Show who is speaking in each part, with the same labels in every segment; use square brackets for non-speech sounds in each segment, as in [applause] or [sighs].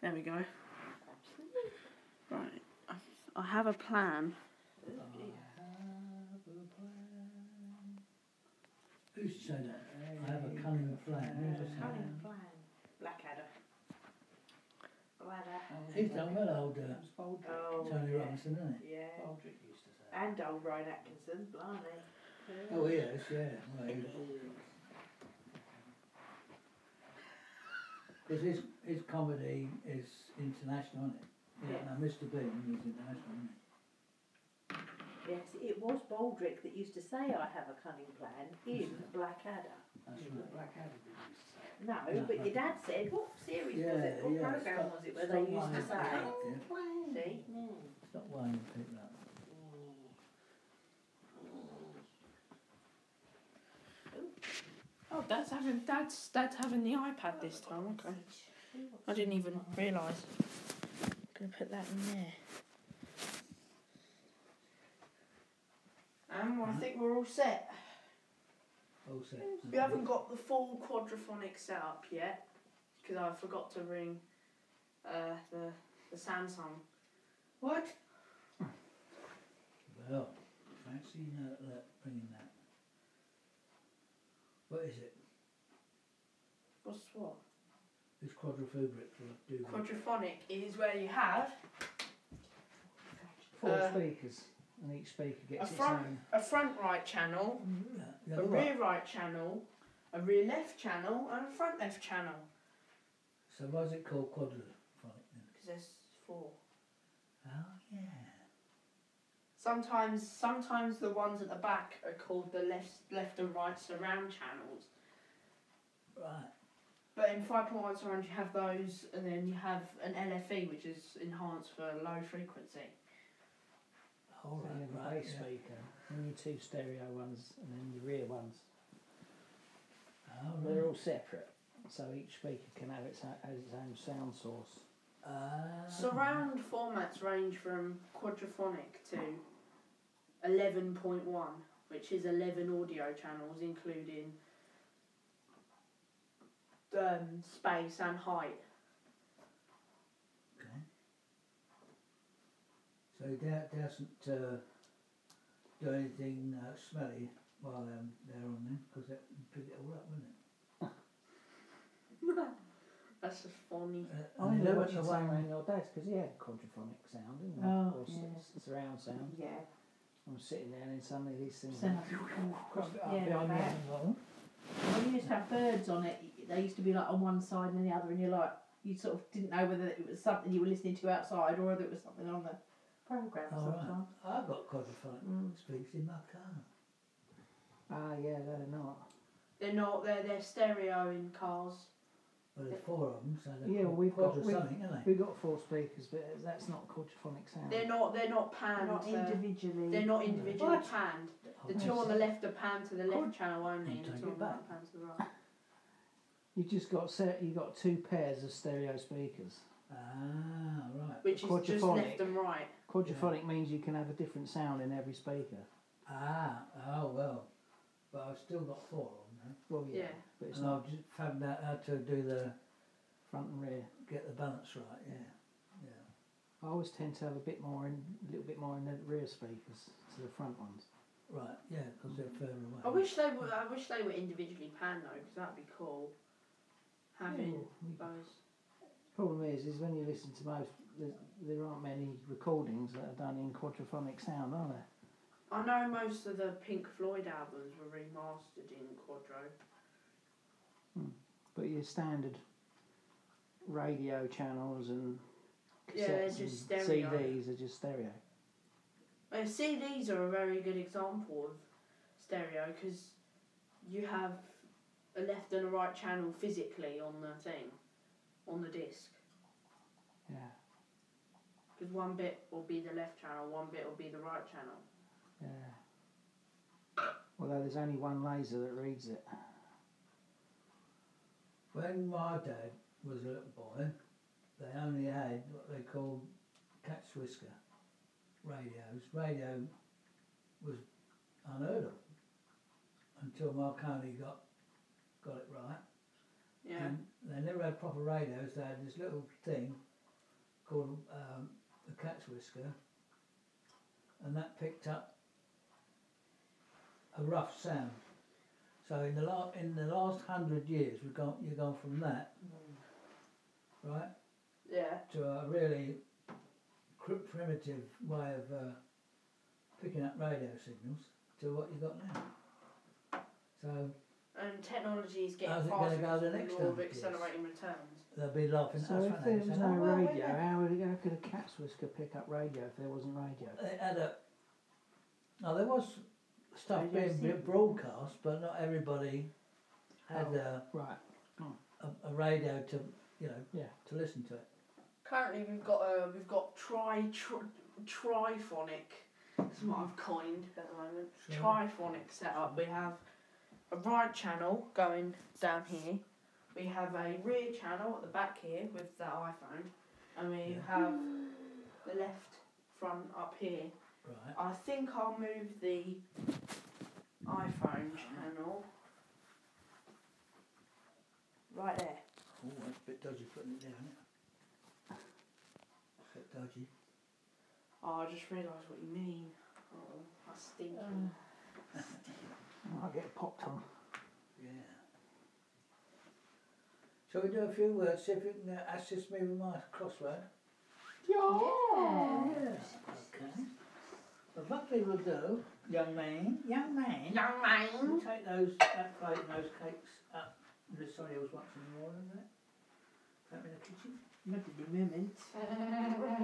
Speaker 1: There we go. Right. I- I have a plan.
Speaker 2: Who said it? I have a cunning plan. Who said
Speaker 3: Cunning plan. Blackadder. Bladder.
Speaker 2: it? He's done well, old uh,
Speaker 3: Oh,
Speaker 2: Tony
Speaker 3: yeah.
Speaker 2: Robinson, isn't he?
Speaker 3: Yeah.
Speaker 4: Baldrick used to say.
Speaker 3: And old Ryan Atkinson, blimey.
Speaker 2: Oh, he is, yeah. Well, he Because his, his comedy is international, isn't it? Yeah.
Speaker 3: Yeah.
Speaker 2: Now, Mr. Bean was international, isn't
Speaker 3: Yes, it was Baldrick that used to say, I have a cunning plan in Blackadder.
Speaker 2: he? That's
Speaker 4: Yeah,
Speaker 2: right.
Speaker 4: Blackadder did used to say. it.
Speaker 3: No,
Speaker 2: No,
Speaker 3: but your
Speaker 2: no.
Speaker 3: dad said, what series was
Speaker 2: Yeah,
Speaker 3: it? What
Speaker 2: yeah,
Speaker 3: programme
Speaker 2: stop-
Speaker 3: was it where
Speaker 2: stop
Speaker 3: they used to
Speaker 2: lying.
Speaker 3: say?
Speaker 2: Yeah.
Speaker 3: See?
Speaker 2: Stop whining people up.
Speaker 1: Oh, Dad's having Dad's Dad's having the iPad this time. Okay. I didn't even realise. Gonna put that in there. Um, well, I think we're all set.
Speaker 2: All set.
Speaker 1: We haven't got the full quadraphonic setup yet because I forgot to ring uh, the the Samsung.
Speaker 2: What? Well, fancy uh, that, that bringing that. What is it?
Speaker 1: What's what?
Speaker 2: It's quadrophobic for do
Speaker 1: Quadraphonic is where you have
Speaker 4: Four
Speaker 1: Uh,
Speaker 4: speakers, and each speaker
Speaker 1: a
Speaker 4: gets its
Speaker 1: front
Speaker 4: own.
Speaker 1: a front right channel,
Speaker 2: the
Speaker 1: a
Speaker 2: other one.
Speaker 1: rear right channel, a rear left channel, and a front left channel.
Speaker 2: So why is it called quadrophonic then?
Speaker 1: Because there's four.
Speaker 2: Oh yeah.
Speaker 1: Sometimes, sometimes the ones at the back are called the left, left and right surround channels.
Speaker 2: Right.
Speaker 1: But in five point one surround, you have those, and then you have an LFE, which is enhanced for low frequency.
Speaker 2: All
Speaker 4: So you
Speaker 2: right. Oh,
Speaker 4: have a
Speaker 2: Right.
Speaker 4: bass
Speaker 2: yeah.
Speaker 4: speaker, and your two stereo ones, and then your rear ones.
Speaker 2: All
Speaker 4: But
Speaker 2: right.
Speaker 4: They're all separate, so each speaker can have its own, has its own sound source.
Speaker 2: Ah.
Speaker 1: Surround formats range from quadraphonic to eleven point one, which is eleven audio channels, including um, space and height.
Speaker 2: Okay. So that doesn't uh, do anything uh, smelly while um, they're on them because that would pick it all up, wouldn't it?
Speaker 1: That's just funny.
Speaker 2: Uh, and
Speaker 4: know
Speaker 2: there
Speaker 4: what
Speaker 2: was
Speaker 4: you'd
Speaker 2: the
Speaker 4: say
Speaker 2: one-
Speaker 4: around your dad's because he had quadraphonic sound, didn't he?
Speaker 5: Oh,
Speaker 4: or s-
Speaker 5: yeah.
Speaker 4: s- surround sound.
Speaker 3: Yeah.
Speaker 4: I'm sitting there, and suddenly these things.
Speaker 5: Sound.
Speaker 4: Cross it up
Speaker 3: Yeah,
Speaker 4: behind me,
Speaker 3: like
Speaker 4: and I'm like,
Speaker 5: When you used to have birds on it, they used to be like on one side and the other, and you're like, you sort of didn't know whether it was something you were listening to outside or whether it was something on the programme
Speaker 4: Oh,
Speaker 2: All right.
Speaker 5: sometimes.
Speaker 2: I've got quadrophonic
Speaker 1: Mm.
Speaker 5: Mm.
Speaker 2: speaks in my car.
Speaker 4: Ah, yeah, they're not.
Speaker 1: They're not. They're they're stereo in cars.
Speaker 2: Well, there's four of them, so they're
Speaker 4: Yeah,
Speaker 2: quad-
Speaker 4: we've got- we've-
Speaker 2: quadrasonic, aren't they?
Speaker 4: We've got four speakers, but that's not quadraphonic sound.
Speaker 1: They're not. They're not panned.
Speaker 5: Not
Speaker 1: they're-
Speaker 5: individually.
Speaker 1: They're not individually
Speaker 2: What?
Speaker 1: panned.
Speaker 2: Oh,
Speaker 1: The
Speaker 2: yes.
Speaker 1: two on the left are panned to the
Speaker 2: Good.
Speaker 1: left channel only,
Speaker 2: And
Speaker 1: and the
Speaker 2: take
Speaker 1: two
Speaker 2: it
Speaker 1: on the right
Speaker 2: back.
Speaker 1: are panned to the right.
Speaker 4: You just got set. You got two pairs of stereo speakers.
Speaker 2: Ah, right.
Speaker 1: Which is just
Speaker 4: Quadraphonic.
Speaker 1: left and right.
Speaker 4: Quadraphonic means you can have a different sound in every speaker.
Speaker 2: Ah, oh well. But I've still got four on there.
Speaker 4: Well, yeah,
Speaker 1: Yeah.
Speaker 4: but it's
Speaker 2: and
Speaker 4: not
Speaker 2: I've just found out how to do the,
Speaker 4: front and rear.
Speaker 2: get the balance right, yeah.
Speaker 4: I always tend to have a bit more in, a little bit more in the rear speakers to the front ones.
Speaker 2: Right, yeah, because they're further away.
Speaker 1: I wish they were. I wish they were individually panned though, because that'd be cool.
Speaker 2: Oh,
Speaker 1: Having those.
Speaker 4: Problem is, is when you listen to most, there, there aren't many recordings that are done in quadraphonic sound, are there?
Speaker 1: I know most of the Pink Floyd albums were remastered in quadro.
Speaker 4: But your standard radio channels and
Speaker 1: Yeah, they're
Speaker 4: cassettes
Speaker 1: just
Speaker 4: and
Speaker 1: stereo.
Speaker 4: CDs are just stereo.
Speaker 1: Uh, CDs are a very good example of stereo because you have a left and a right channel physically on the thing, on the disc.
Speaker 4: Yeah,
Speaker 1: Because one bit will be the left channel, one bit will be the right channel.
Speaker 4: yeah. Although there's only one laser that reads it.
Speaker 2: When my dad was a little boy, they only had what they called cat's whisker radios. Radio was unheard of until Mark Coney got got it right.
Speaker 1: Yeah.
Speaker 2: Hmm. And they never had proper radios. They had this little thing called um, The Cat's Whisker, and that picked up a rough sound. So in the, la- in the last hundred years, we've gone, you've gone from that, right,
Speaker 1: Yeah.
Speaker 2: to a really cr- primitive way of uh, picking up radio signals to what you've got now. So
Speaker 1: And technology is getting
Speaker 2: How's it gonna
Speaker 1: faster
Speaker 2: go the
Speaker 1: because of
Speaker 2: next
Speaker 1: the law of
Speaker 2: time, yes?
Speaker 1: accelerating returns.
Speaker 2: they'll be laughing at
Speaker 4: So
Speaker 2: us,
Speaker 4: if
Speaker 2: won't they?
Speaker 4: there was
Speaker 2: Saying,
Speaker 4: no
Speaker 2: "Oh, well, we
Speaker 4: radio,
Speaker 2: know."
Speaker 4: how, would- how could a cat's whisker pick up radio if there wasn't radio?
Speaker 2: They had a. Now there was stuff
Speaker 3: Radio
Speaker 2: being
Speaker 3: signal.
Speaker 2: broadcast, but not everybody had
Speaker 4: Oh.
Speaker 2: a,
Speaker 4: Right.
Speaker 2: a, a radio to you know
Speaker 4: Yeah.
Speaker 2: to listen to it.
Speaker 1: Currently, we've got uh, we've got tri, tri triphonic. That's what I've coined at the moment.
Speaker 2: Sure.
Speaker 1: Triphonic setup. We have a right channel going down here. We have a rear channel at the back here with that iPhone, and we
Speaker 2: Yeah.
Speaker 1: have the left front up here.
Speaker 2: Right.
Speaker 1: I think I'll move the iPhone channel right there.
Speaker 2: Oh, that's a bit dodgy putting it down. isn't it? bit dodgy. [laughs]
Speaker 1: Oh, I just realised what you mean. Oh, I stink.
Speaker 4: I might get popped on.
Speaker 2: Yeah. Shall we do a few words? See if you can uh, assist me with my crossword.
Speaker 5: Yeah.
Speaker 2: Okay. But what we will do, young man, young man.
Speaker 1: Young man.
Speaker 2: You take those that plate and those cakes up to somebody else once in the morning, isn't it? Put them in the kitchen.
Speaker 5: Not at the moment.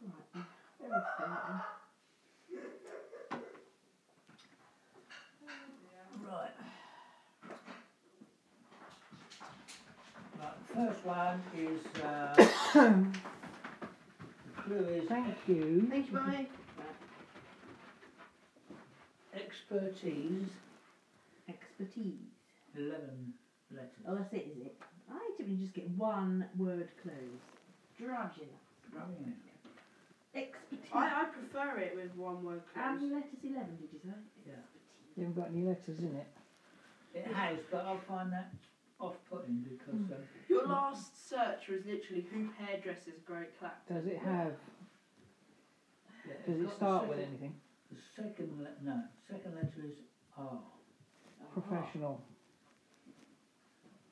Speaker 5: Right, then. Everything. then.
Speaker 2: Right. Right, first one is uh, [coughs] the clue is
Speaker 4: Thank you.
Speaker 1: Thank you, bye.
Speaker 2: expertise
Speaker 5: Expertise.
Speaker 2: eleven letters.
Speaker 5: Oh, that's it, is it? I typically just get one word clues. Drives you nuts. Expertise.
Speaker 1: I, I prefer it with one word
Speaker 5: How
Speaker 1: clues.
Speaker 5: many letters 11 did you say?
Speaker 2: Yeah.
Speaker 4: You haven't got any letters in it.
Speaker 2: It has, but I find that off-putting because um,
Speaker 1: Your last search was literally who hairdressers great clap.
Speaker 4: Does it have?
Speaker 2: yeah, it's got
Speaker 4: Does it
Speaker 2: the
Speaker 4: start with
Speaker 2: second-
Speaker 4: anything?
Speaker 2: The second letter, no, second letter is R.
Speaker 1: Oh,
Speaker 4: Professional.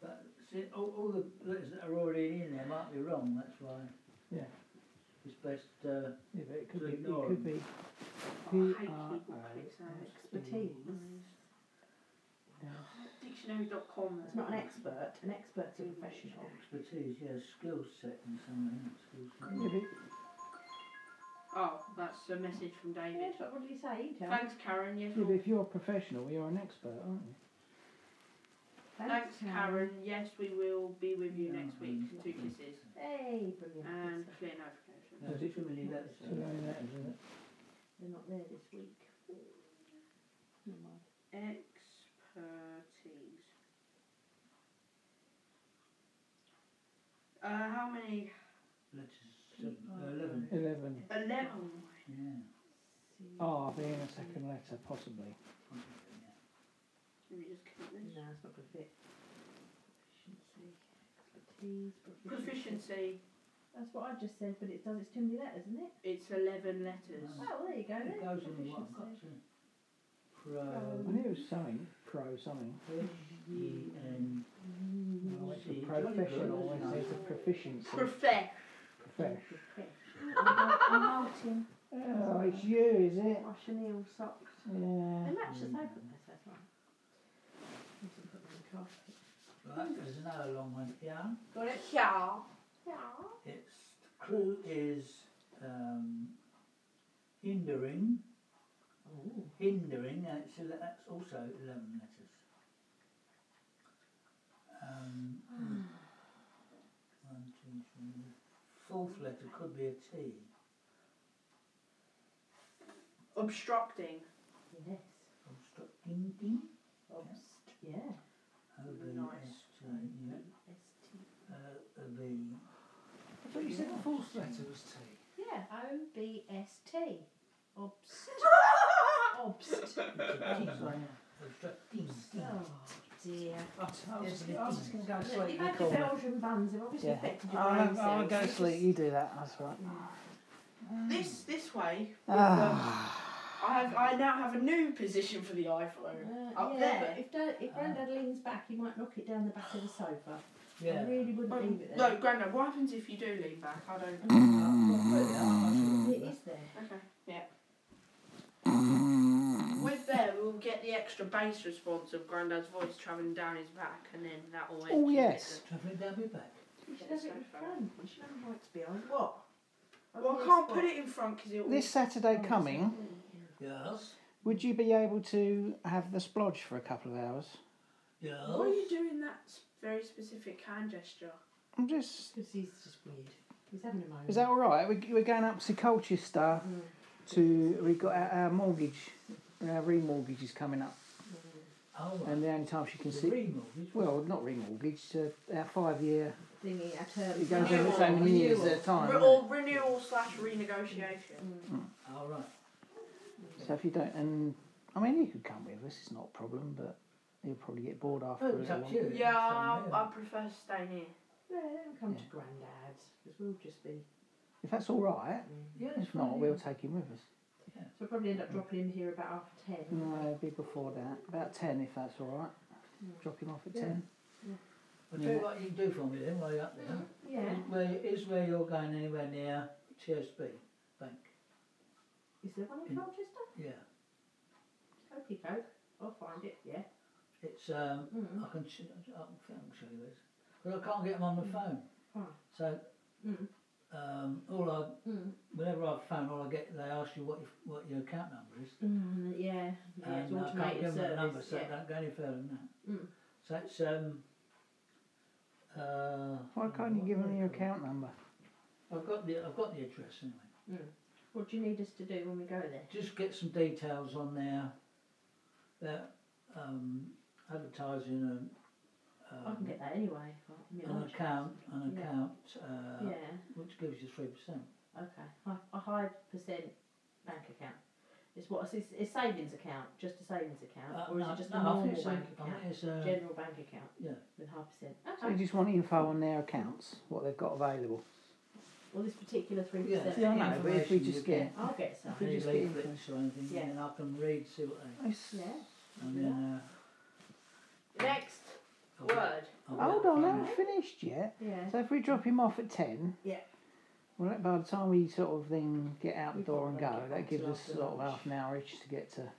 Speaker 2: But see, all, all the letters that are already in there might be wrong. That's why.
Speaker 4: Yeah.
Speaker 2: It's best. Uh,
Speaker 4: Yeah, but it could
Speaker 2: So
Speaker 4: be. It
Speaker 2: ignore
Speaker 4: could
Speaker 2: them.
Speaker 4: be.
Speaker 1: Oh,
Speaker 4: P
Speaker 1: I hate
Speaker 4: R
Speaker 1: people
Speaker 4: O
Speaker 1: click so
Speaker 4: S E.
Speaker 5: Expertise.
Speaker 1: Dictionary.com.
Speaker 5: It's not an expert. An expert's a professional.
Speaker 2: expertise, yeah, skill set and something. Skill
Speaker 4: Yeah,
Speaker 2: set.
Speaker 4: but
Speaker 1: Oh, that's a message from David.
Speaker 5: Yes, what did he say? He told-
Speaker 1: Thanks, Karen. Yes,
Speaker 4: Yeah, but
Speaker 1: we'll,
Speaker 4: if you're a professional, you're an expert, aren't you?
Speaker 1: thanks, Karen. Yes, we will be with you next week.
Speaker 2: Yeah.
Speaker 1: Two kisses
Speaker 5: Hey, brilliant.
Speaker 1: and clear notification.
Speaker 2: There's too many letters.
Speaker 4: Too many letters, isn't it?
Speaker 5: They're not there this week. Never mind.
Speaker 1: Expertise. Uh, how many?
Speaker 2: Letters seven, uh, eleven.
Speaker 4: Eleven
Speaker 1: Eleven.
Speaker 2: Yeah.
Speaker 5: See-
Speaker 4: R being a second letter, possibly.
Speaker 1: Let me just keep this.
Speaker 5: No, it's not going to fit. Proficiency,
Speaker 1: Proficiency.
Speaker 5: expertise, That's what I just said, but it does. It's too many letters, isn't it?
Speaker 1: It's eleven letters.
Speaker 5: Oh, well, there you go.
Speaker 2: It
Speaker 5: Then.
Speaker 2: goes in what I've got
Speaker 5: Proficiency.
Speaker 2: to. Pro.
Speaker 4: I knew it was something pro something.
Speaker 2: H E N.
Speaker 4: I went
Speaker 2: See,
Speaker 4: to
Speaker 2: Johnny
Speaker 4: professional
Speaker 2: Good's
Speaker 4: and says a proficiency.
Speaker 1: Profess.
Speaker 4: Profesh.
Speaker 5: I'm outing.
Speaker 4: Oh, it's you, is it?
Speaker 5: My chenille socks. They
Speaker 4: Yeah.
Speaker 5: match the same goodness, that's right. You can put them in the carpet.
Speaker 2: Right, there's another long one here.
Speaker 1: Got it? Yeah.
Speaker 2: Its clue is um, hindering.
Speaker 5: Oh,
Speaker 2: hindering, and it's, that's also 11 letters. Um,
Speaker 1: Ah.
Speaker 2: one, two, three. Fourth letter could be a T.
Speaker 1: Obstructing.
Speaker 5: yes.
Speaker 2: Obstructing. ding.
Speaker 5: Obst. Yeah.
Speaker 2: O B
Speaker 1: Nice.
Speaker 2: S T U
Speaker 5: S-T.
Speaker 2: uh, a B.
Speaker 4: I thought you said the fourth letter was T.
Speaker 5: Yeah, O-B-S-T. [laughs] Obst. Obst.
Speaker 2: It's a T. Obstructing.
Speaker 5: Oh. dear.
Speaker 2: I was, I
Speaker 5: I'm
Speaker 2: was,
Speaker 5: just,
Speaker 2: I was
Speaker 5: going to go to
Speaker 4: Sleep,
Speaker 5: sleep.
Speaker 4: we
Speaker 5: You've had
Speaker 4: call
Speaker 5: your
Speaker 4: them.
Speaker 5: Belgian buns. They've obviously
Speaker 4: Yeah.
Speaker 5: affected your brain
Speaker 4: I'll, I'll
Speaker 5: cells.
Speaker 4: go to
Speaker 5: It's
Speaker 4: sleep. You do that. That's right.
Speaker 1: This this way.
Speaker 4: Ah.
Speaker 1: I have I now have a new position for the
Speaker 5: just-
Speaker 1: iPhone.
Speaker 5: Uh,
Speaker 1: Up
Speaker 5: yeah,
Speaker 1: there. Uh.
Speaker 5: but if, Dad, if Grandad leans back, he might knock it down the back of the sofa. I
Speaker 2: yeah.
Speaker 5: really wouldn't
Speaker 1: Um,
Speaker 5: leave it
Speaker 1: no,
Speaker 5: there.
Speaker 1: Grandad, what happens if you do lean back? I don't.
Speaker 5: It is there.
Speaker 1: Okay. Yeah. With there, we'll get the extra bass response of Grandad's voice travelling down his back, and then that will.
Speaker 4: Oh, yes.
Speaker 2: Travelling down my back.
Speaker 5: We should have it in front. We should have lights behind.
Speaker 3: What?
Speaker 1: Well, I can't put it in front because it will.
Speaker 4: This Saturday coming,
Speaker 2: Yes.
Speaker 4: would you be able to have the splodge for a couple of hours?
Speaker 2: Yes.
Speaker 1: Why are you doing that s- very specific hand gesture?
Speaker 4: I'm just.
Speaker 5: Because he's just weird. He's having a moment. Mm,
Speaker 4: Is that all right? We, we're going up to Colchester to. We've got our, our mortgage, our remortgage is coming up,
Speaker 2: Oh, right.
Speaker 4: and the only time she can
Speaker 2: The
Speaker 4: see.
Speaker 2: remortgage.
Speaker 4: Well, not remortgage, uh, our five year.
Speaker 5: thingy? Our term.
Speaker 4: It goes
Speaker 1: Renewal.
Speaker 4: over so many years
Speaker 5: Renewal.
Speaker 4: at a time.
Speaker 1: Re-
Speaker 4: doesn't it?
Speaker 1: or renewal slash renegotiation.
Speaker 2: All right.
Speaker 4: So if you don't. And I mean, you could come with us, it's not a problem, but you'll probably get bored after
Speaker 2: Oh,
Speaker 4: a
Speaker 2: it's up
Speaker 4: little
Speaker 2: to you.
Speaker 1: Yeah, I,
Speaker 2: It's on
Speaker 1: I
Speaker 2: there.
Speaker 1: prefer staying here.
Speaker 5: Yeah, don't come to
Speaker 4: Yeah.
Speaker 5: Grandad's because we'll just be. mm.
Speaker 4: If that's all right,
Speaker 2: Yeah, it's
Speaker 4: if not,
Speaker 2: fine,
Speaker 4: we'll
Speaker 2: yeah.
Speaker 4: take him with us.
Speaker 5: So we'll probably end up dropping him here about after ten.
Speaker 4: No, it'll be before that. About 10 if that's all right. Drop him off at
Speaker 5: Yeah.
Speaker 4: 10.
Speaker 2: I'll tell you what you can do for me then while you're up there.
Speaker 5: Yeah.
Speaker 2: Is where, is where you're going anywhere near TSB Bank?
Speaker 5: Is there one in
Speaker 2: Mm.
Speaker 5: Colchester?
Speaker 2: Yeah.
Speaker 5: Okay, coke. I'll find it. Yeah.
Speaker 2: It's, um,
Speaker 5: Mm.
Speaker 2: I can, sh- I can think I can show you this. But I can't get them on the phone.
Speaker 5: Oh.
Speaker 2: So,
Speaker 5: Mm.
Speaker 2: um, all I,
Speaker 5: Mm.
Speaker 2: whenever I phone, all I get, they ask you what, your what your account number is.
Speaker 5: Mm, yeah. Yeah. It's
Speaker 2: and I can't
Speaker 5: automated
Speaker 2: give them a
Speaker 5: service.
Speaker 2: number, so
Speaker 5: yeah.
Speaker 2: don't go any further than that.
Speaker 5: Mm.
Speaker 2: So it's, um, uh,
Speaker 4: Why can't you
Speaker 2: what
Speaker 4: give
Speaker 2: do
Speaker 4: him
Speaker 2: they
Speaker 4: your
Speaker 2: call it?
Speaker 4: account number?
Speaker 2: I've got the, I've got the address anyway.
Speaker 5: Mm. What do you need us to do when we go there?
Speaker 2: just get some details on their their um, advertising and
Speaker 5: I can
Speaker 2: um,
Speaker 5: get that anyway. I'll- I mean,
Speaker 2: an
Speaker 5: I'll-
Speaker 2: account an
Speaker 5: Yeah.
Speaker 2: account uh,
Speaker 5: Yeah.
Speaker 2: which gives you three percent.
Speaker 5: Okay. I- A high percent bank account. It's what? It's a savings account, just a savings account, Uh, or is it just a normal bank
Speaker 2: Uh, I
Speaker 5: account?
Speaker 2: think it's uh,
Speaker 5: General bank account.
Speaker 2: Yeah.
Speaker 5: With high percent.
Speaker 4: So you
Speaker 5: Okay.
Speaker 4: just want info on their accounts, what they've got available.
Speaker 5: Well, this particular three
Speaker 2: yeah,
Speaker 5: percent.
Speaker 4: Yeah, I know, but if we
Speaker 2: information
Speaker 4: just
Speaker 2: you
Speaker 4: get-
Speaker 5: I'll get some.
Speaker 4: we
Speaker 2: any
Speaker 4: just get
Speaker 2: leaflets or anything,
Speaker 5: Yeah.
Speaker 2: and I can read see what they
Speaker 4: It's-
Speaker 5: Yeah.
Speaker 2: and then
Speaker 1: Next
Speaker 2: uh,
Speaker 1: word.
Speaker 2: I'll get-
Speaker 4: Hold on, I haven't finished yet.
Speaker 5: Yeah.
Speaker 4: So if we drop him off at 10,
Speaker 5: Yeah.
Speaker 4: well, that- by the time we sort of then get out the
Speaker 5: We've
Speaker 4: door
Speaker 5: got
Speaker 4: and
Speaker 5: to
Speaker 4: go,
Speaker 5: get
Speaker 4: that
Speaker 5: on
Speaker 4: gives
Speaker 5: till
Speaker 4: us
Speaker 5: after
Speaker 4: sort of
Speaker 5: lunch.
Speaker 4: half an hour each to get to.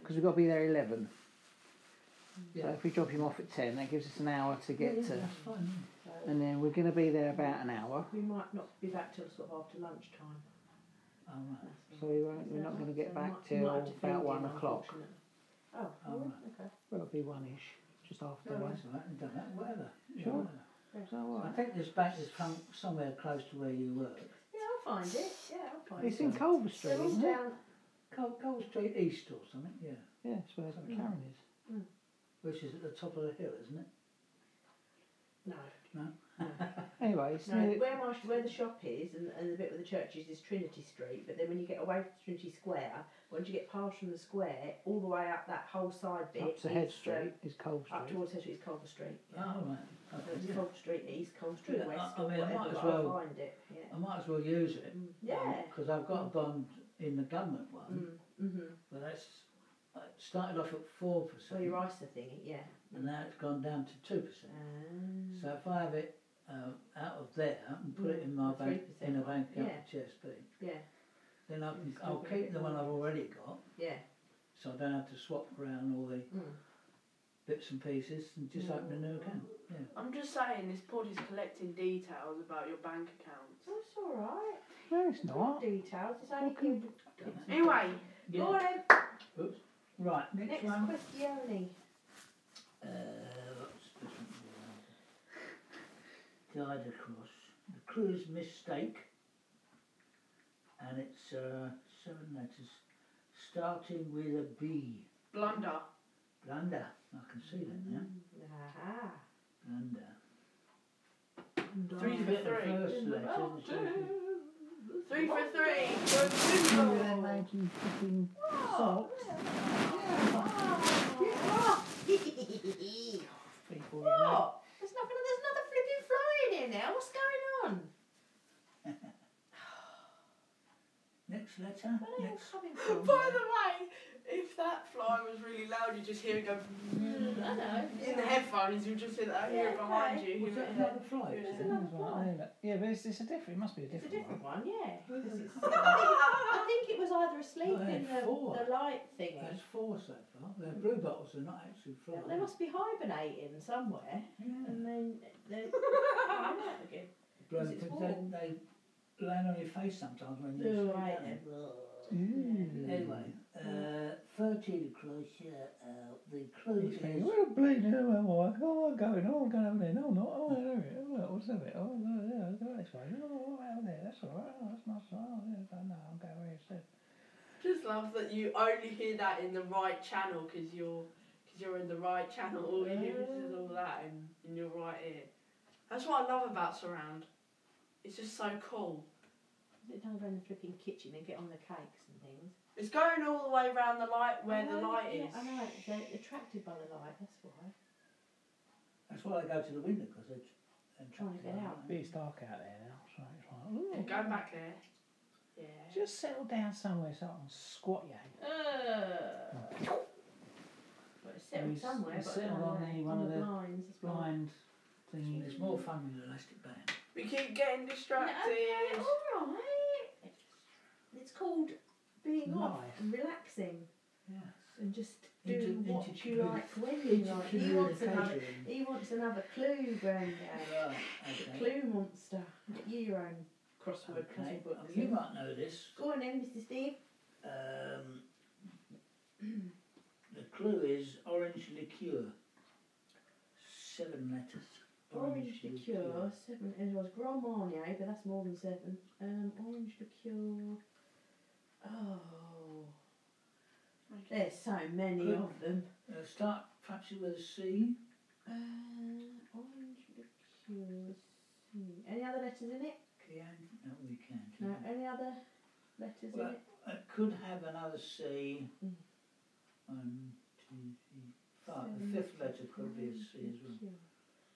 Speaker 4: Because we've got to be there 11. So
Speaker 2: Yeah.
Speaker 4: if we drop him off at 10, that gives us an hour to
Speaker 2: Yeah,
Speaker 4: get
Speaker 2: yeah,
Speaker 4: to.
Speaker 2: that's fine. yeah.
Speaker 4: And then we're going to be there about an hour.
Speaker 5: We might not be back till sort of after lunchtime.
Speaker 2: All right.
Speaker 4: So we won't, we're not going to get back till about one o'clock. Um,
Speaker 5: Oh,
Speaker 2: Oh,
Speaker 5: alright,
Speaker 2: right.
Speaker 5: okay.
Speaker 4: Well, it'll be one ish, just after
Speaker 2: Yeah,
Speaker 4: one.
Speaker 2: that's all right. I've done that. Whatever. Yeah,
Speaker 4: Sure.
Speaker 2: whatever.
Speaker 4: Is that all
Speaker 2: I
Speaker 4: right?
Speaker 2: think this bank is from somewhere close to where you work.
Speaker 5: Yeah, I'll find it. Yeah, I'll find
Speaker 4: It's
Speaker 5: it.
Speaker 4: in Culver Street,
Speaker 5: They're all
Speaker 4: isn't it?
Speaker 5: down.
Speaker 2: Cole, Cole Street East or something, yeah.
Speaker 4: Yeah, it's where
Speaker 2: Something.
Speaker 4: Karen is.
Speaker 2: Which is at the top of the hill, isn't it?
Speaker 5: No,
Speaker 4: Anyway, it's
Speaker 5: no.
Speaker 4: near,
Speaker 5: Where Marsh, where the shop is, and, and the bit with the churches is Trinity Street. But then when you get away from Trinity Square, once you get past from the square, all the way up that whole side bit,
Speaker 4: up to Head
Speaker 5: is, um,
Speaker 4: Street, Ah, is Culver
Speaker 5: up
Speaker 4: Street.
Speaker 5: towards Head Street is Culver Street.
Speaker 2: Oh, all right.
Speaker 5: So
Speaker 2: Okay,
Speaker 5: it's
Speaker 2: yeah.
Speaker 5: Culver Street East, Culver Street
Speaker 2: Yeah, I-
Speaker 5: West.
Speaker 2: I mean, I
Speaker 5: whatever,
Speaker 2: might as
Speaker 5: but
Speaker 2: well-
Speaker 5: I'll find it. Yeah.
Speaker 2: I might as well use it.
Speaker 5: Mm. Yeah.
Speaker 2: Because I've got a bond in the government one,
Speaker 5: Mm. Mm-hmm.
Speaker 2: but that's it started off at four
Speaker 5: Well,
Speaker 2: percent,
Speaker 5: your ISA thingy, yeah.
Speaker 2: and now it's gone down to two percent.
Speaker 5: Um,
Speaker 2: So if I have it uh, out of there and put it
Speaker 5: Mm,
Speaker 2: in my
Speaker 5: the
Speaker 2: bank,
Speaker 5: 3%
Speaker 2: in a
Speaker 5: one,
Speaker 2: bank account
Speaker 5: yeah.
Speaker 2: at TSB,
Speaker 5: Yeah.
Speaker 2: then I can,
Speaker 5: It's
Speaker 2: I'll
Speaker 5: still
Speaker 2: keep the one
Speaker 5: gonna
Speaker 2: I've
Speaker 5: be-
Speaker 2: already got,
Speaker 5: yeah.
Speaker 2: so I don't have to swap around all the
Speaker 5: Mm.
Speaker 2: bits and pieces and just
Speaker 5: Mm.
Speaker 2: open a new account.
Speaker 1: I'm just saying, this pod is collecting details about your bank accounts.
Speaker 5: That's Oh, all right.
Speaker 4: No, it's
Speaker 5: Not
Speaker 4: not.
Speaker 5: details. It's only
Speaker 4: Okay.
Speaker 5: good.
Speaker 1: Anyway,
Speaker 2: Yeah.
Speaker 5: All right.
Speaker 2: Right, next,
Speaker 5: Next
Speaker 2: one.
Speaker 5: question.
Speaker 2: Uh, what's this one called? Died across the crew's mistake, and it's uh, seven letters, starting with a B.
Speaker 1: blunder.
Speaker 2: Blunder. I can see that now.
Speaker 1: Mm.
Speaker 5: Aha.
Speaker 2: Blunder.
Speaker 1: Three for
Speaker 2: Forget the
Speaker 1: three.
Speaker 2: First letter. the second-
Speaker 1: Three for three. Go
Speaker 4: Remember them making flipping salt?
Speaker 5: Oh.
Speaker 1: yeah.
Speaker 6: the way, if that fly was really loud, you just hear
Speaker 1: [laughs]
Speaker 6: it go.
Speaker 1: Mm,
Speaker 5: I know.
Speaker 6: In the headphones, you just hear that hear it behind you.
Speaker 2: Was
Speaker 6: hear
Speaker 2: that
Speaker 6: it
Speaker 2: another fly?
Speaker 6: Yeah, it's
Speaker 2: It
Speaker 5: another
Speaker 2: was like,
Speaker 5: fly.
Speaker 2: oh,
Speaker 4: Yeah, yeah, but it's, it's a different. It must be a
Speaker 5: It's a
Speaker 4: different,
Speaker 5: different one, yeah.
Speaker 1: [laughs]
Speaker 3: I think it was either asleep
Speaker 2: Oh, they
Speaker 3: in
Speaker 2: had
Speaker 3: the,
Speaker 2: four.
Speaker 3: the light
Speaker 2: one.
Speaker 3: thingy.
Speaker 2: There's four so far. The blue bottles are not actually flying.
Speaker 5: They must be hibernating somewhere,
Speaker 2: Yeah.
Speaker 5: and then they. [laughs] again.
Speaker 2: Blow-
Speaker 5: Because it's
Speaker 2: but
Speaker 5: warm.
Speaker 2: then they land on your face sometimes when
Speaker 5: Oh,
Speaker 2: you
Speaker 5: right
Speaker 2: sleep.
Speaker 5: then.
Speaker 4: Mm.
Speaker 2: Anyway, uh, 13 Croatia, uh, the crew is...
Speaker 4: He's going, well, bleeding, oh, am I? Oh, I'm going, oh, I'm going over there. No, I'm not. Oh, I know it. Oh, look, what's that bit? Oh, no, yeah, go this way. Oh, oh, out there. That's all right. Oh, that's nice. Oh, yeah, no, I'm going where it says.
Speaker 6: Just love that you only hear that in the right channel because you're, cause you're in the right channel. All you hear is all that in, in your right ear. That's what I love about surround. It's just so cool.
Speaker 5: Sit down around the flipping kitchen and get on the cakes and things.
Speaker 6: It's going all the way around the light where
Speaker 5: I
Speaker 6: the
Speaker 5: know,
Speaker 6: light
Speaker 5: yeah,
Speaker 6: is.
Speaker 5: I know, they're attracted by the light, that's why.
Speaker 2: That's why they go to the window, because they're and
Speaker 5: Trying to get out.
Speaker 4: But it's dark out there now. So it's like,
Speaker 6: Yeah,
Speaker 4: oh,
Speaker 6: Go back there. Yeah.
Speaker 4: Just settle down somewhere so I can squat you.
Speaker 5: Uh, but it's
Speaker 4: We
Speaker 5: settled
Speaker 4: s-
Speaker 5: somewhere,
Speaker 4: we
Speaker 5: but
Speaker 4: settled
Speaker 5: on,
Speaker 4: on
Speaker 5: the,
Speaker 4: the- one
Speaker 5: on
Speaker 4: of
Speaker 5: the
Speaker 4: the
Speaker 5: blinds as well.
Speaker 4: Blind thingy.
Speaker 2: It's more fun with an elastic band.
Speaker 6: We keep getting distracted.
Speaker 5: No, Oh, all right. It's called being off
Speaker 4: Nice.
Speaker 5: and relaxing
Speaker 2: Yeah.
Speaker 5: and just
Speaker 2: Inter-
Speaker 5: doing what
Speaker 2: inter-
Speaker 5: you like when you like. He wants another.
Speaker 2: Communication.
Speaker 5: He wants another clue, Brenda.
Speaker 2: Right, okay.
Speaker 5: Clue monster. Your own Um, crossword
Speaker 2: Okay. Oh,
Speaker 5: puzzle book.
Speaker 2: You might know this.
Speaker 5: Go on then, Mr.
Speaker 2: [clears throat]
Speaker 5: Steve.
Speaker 2: Um, the clue is orange liqueur. Seven letters.
Speaker 5: Orange liqueur, seven, it was Grand Marnier, but that's more than seven. Um, orange liqueur. Oh, there's so many
Speaker 2: Good.
Speaker 5: of them.
Speaker 2: Uh, start perhaps with a C.
Speaker 5: Uh, orange liqueur. C. Any other letters in it?
Speaker 2: Can no, we can't.
Speaker 5: No. Any other letters in
Speaker 2: Mm-hmm. Well,
Speaker 5: it?
Speaker 2: It could have another C.
Speaker 5: Mm.
Speaker 2: One, two, three, five.
Speaker 5: Seven,
Speaker 2: The fifth letter could be a C as well.
Speaker 5: Liqueur.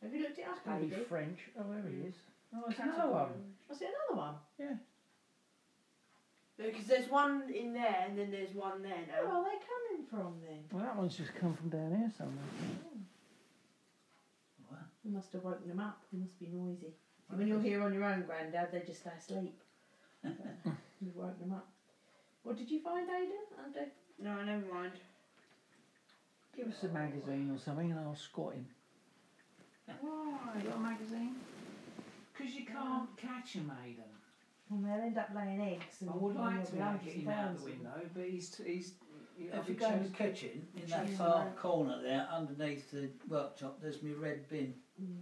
Speaker 5: Have you looked it up,
Speaker 4: Gotta be
Speaker 5: baby?
Speaker 4: French. Oh, there he
Speaker 6: Mm.
Speaker 4: is. Oh, it's
Speaker 2: um,
Speaker 4: another one.
Speaker 5: Was it another one?
Speaker 1: Because there's one in there and then there's one there
Speaker 5: Where
Speaker 1: now.
Speaker 5: are they coming from then?
Speaker 4: Well, that one's just come from down here somewhere.
Speaker 2: What?
Speaker 5: We must have woken them up. They must be noisy. When you're here on your own, Grandad, they just stay asleep. you woke them up. What did you find, Aidan? Under
Speaker 1: No, never mind.
Speaker 4: Give us a magazine or something and I'll squat him. Why? You got a magazine? Because you can't catch him, Aidan.
Speaker 5: and they'll end up laying eggs. And
Speaker 4: I would
Speaker 5: and
Speaker 4: like
Speaker 5: you'll
Speaker 4: to
Speaker 5: be
Speaker 4: have
Speaker 5: hungry
Speaker 4: him
Speaker 5: for
Speaker 4: out
Speaker 5: hours.
Speaker 4: the window, but he's. T- he's you
Speaker 2: If you
Speaker 4: I've
Speaker 2: go in the
Speaker 4: changed-
Speaker 2: kitchen, in that
Speaker 5: Choose
Speaker 2: far
Speaker 5: one.
Speaker 2: corner there, underneath the worktop, there's my red bin.
Speaker 5: Mm.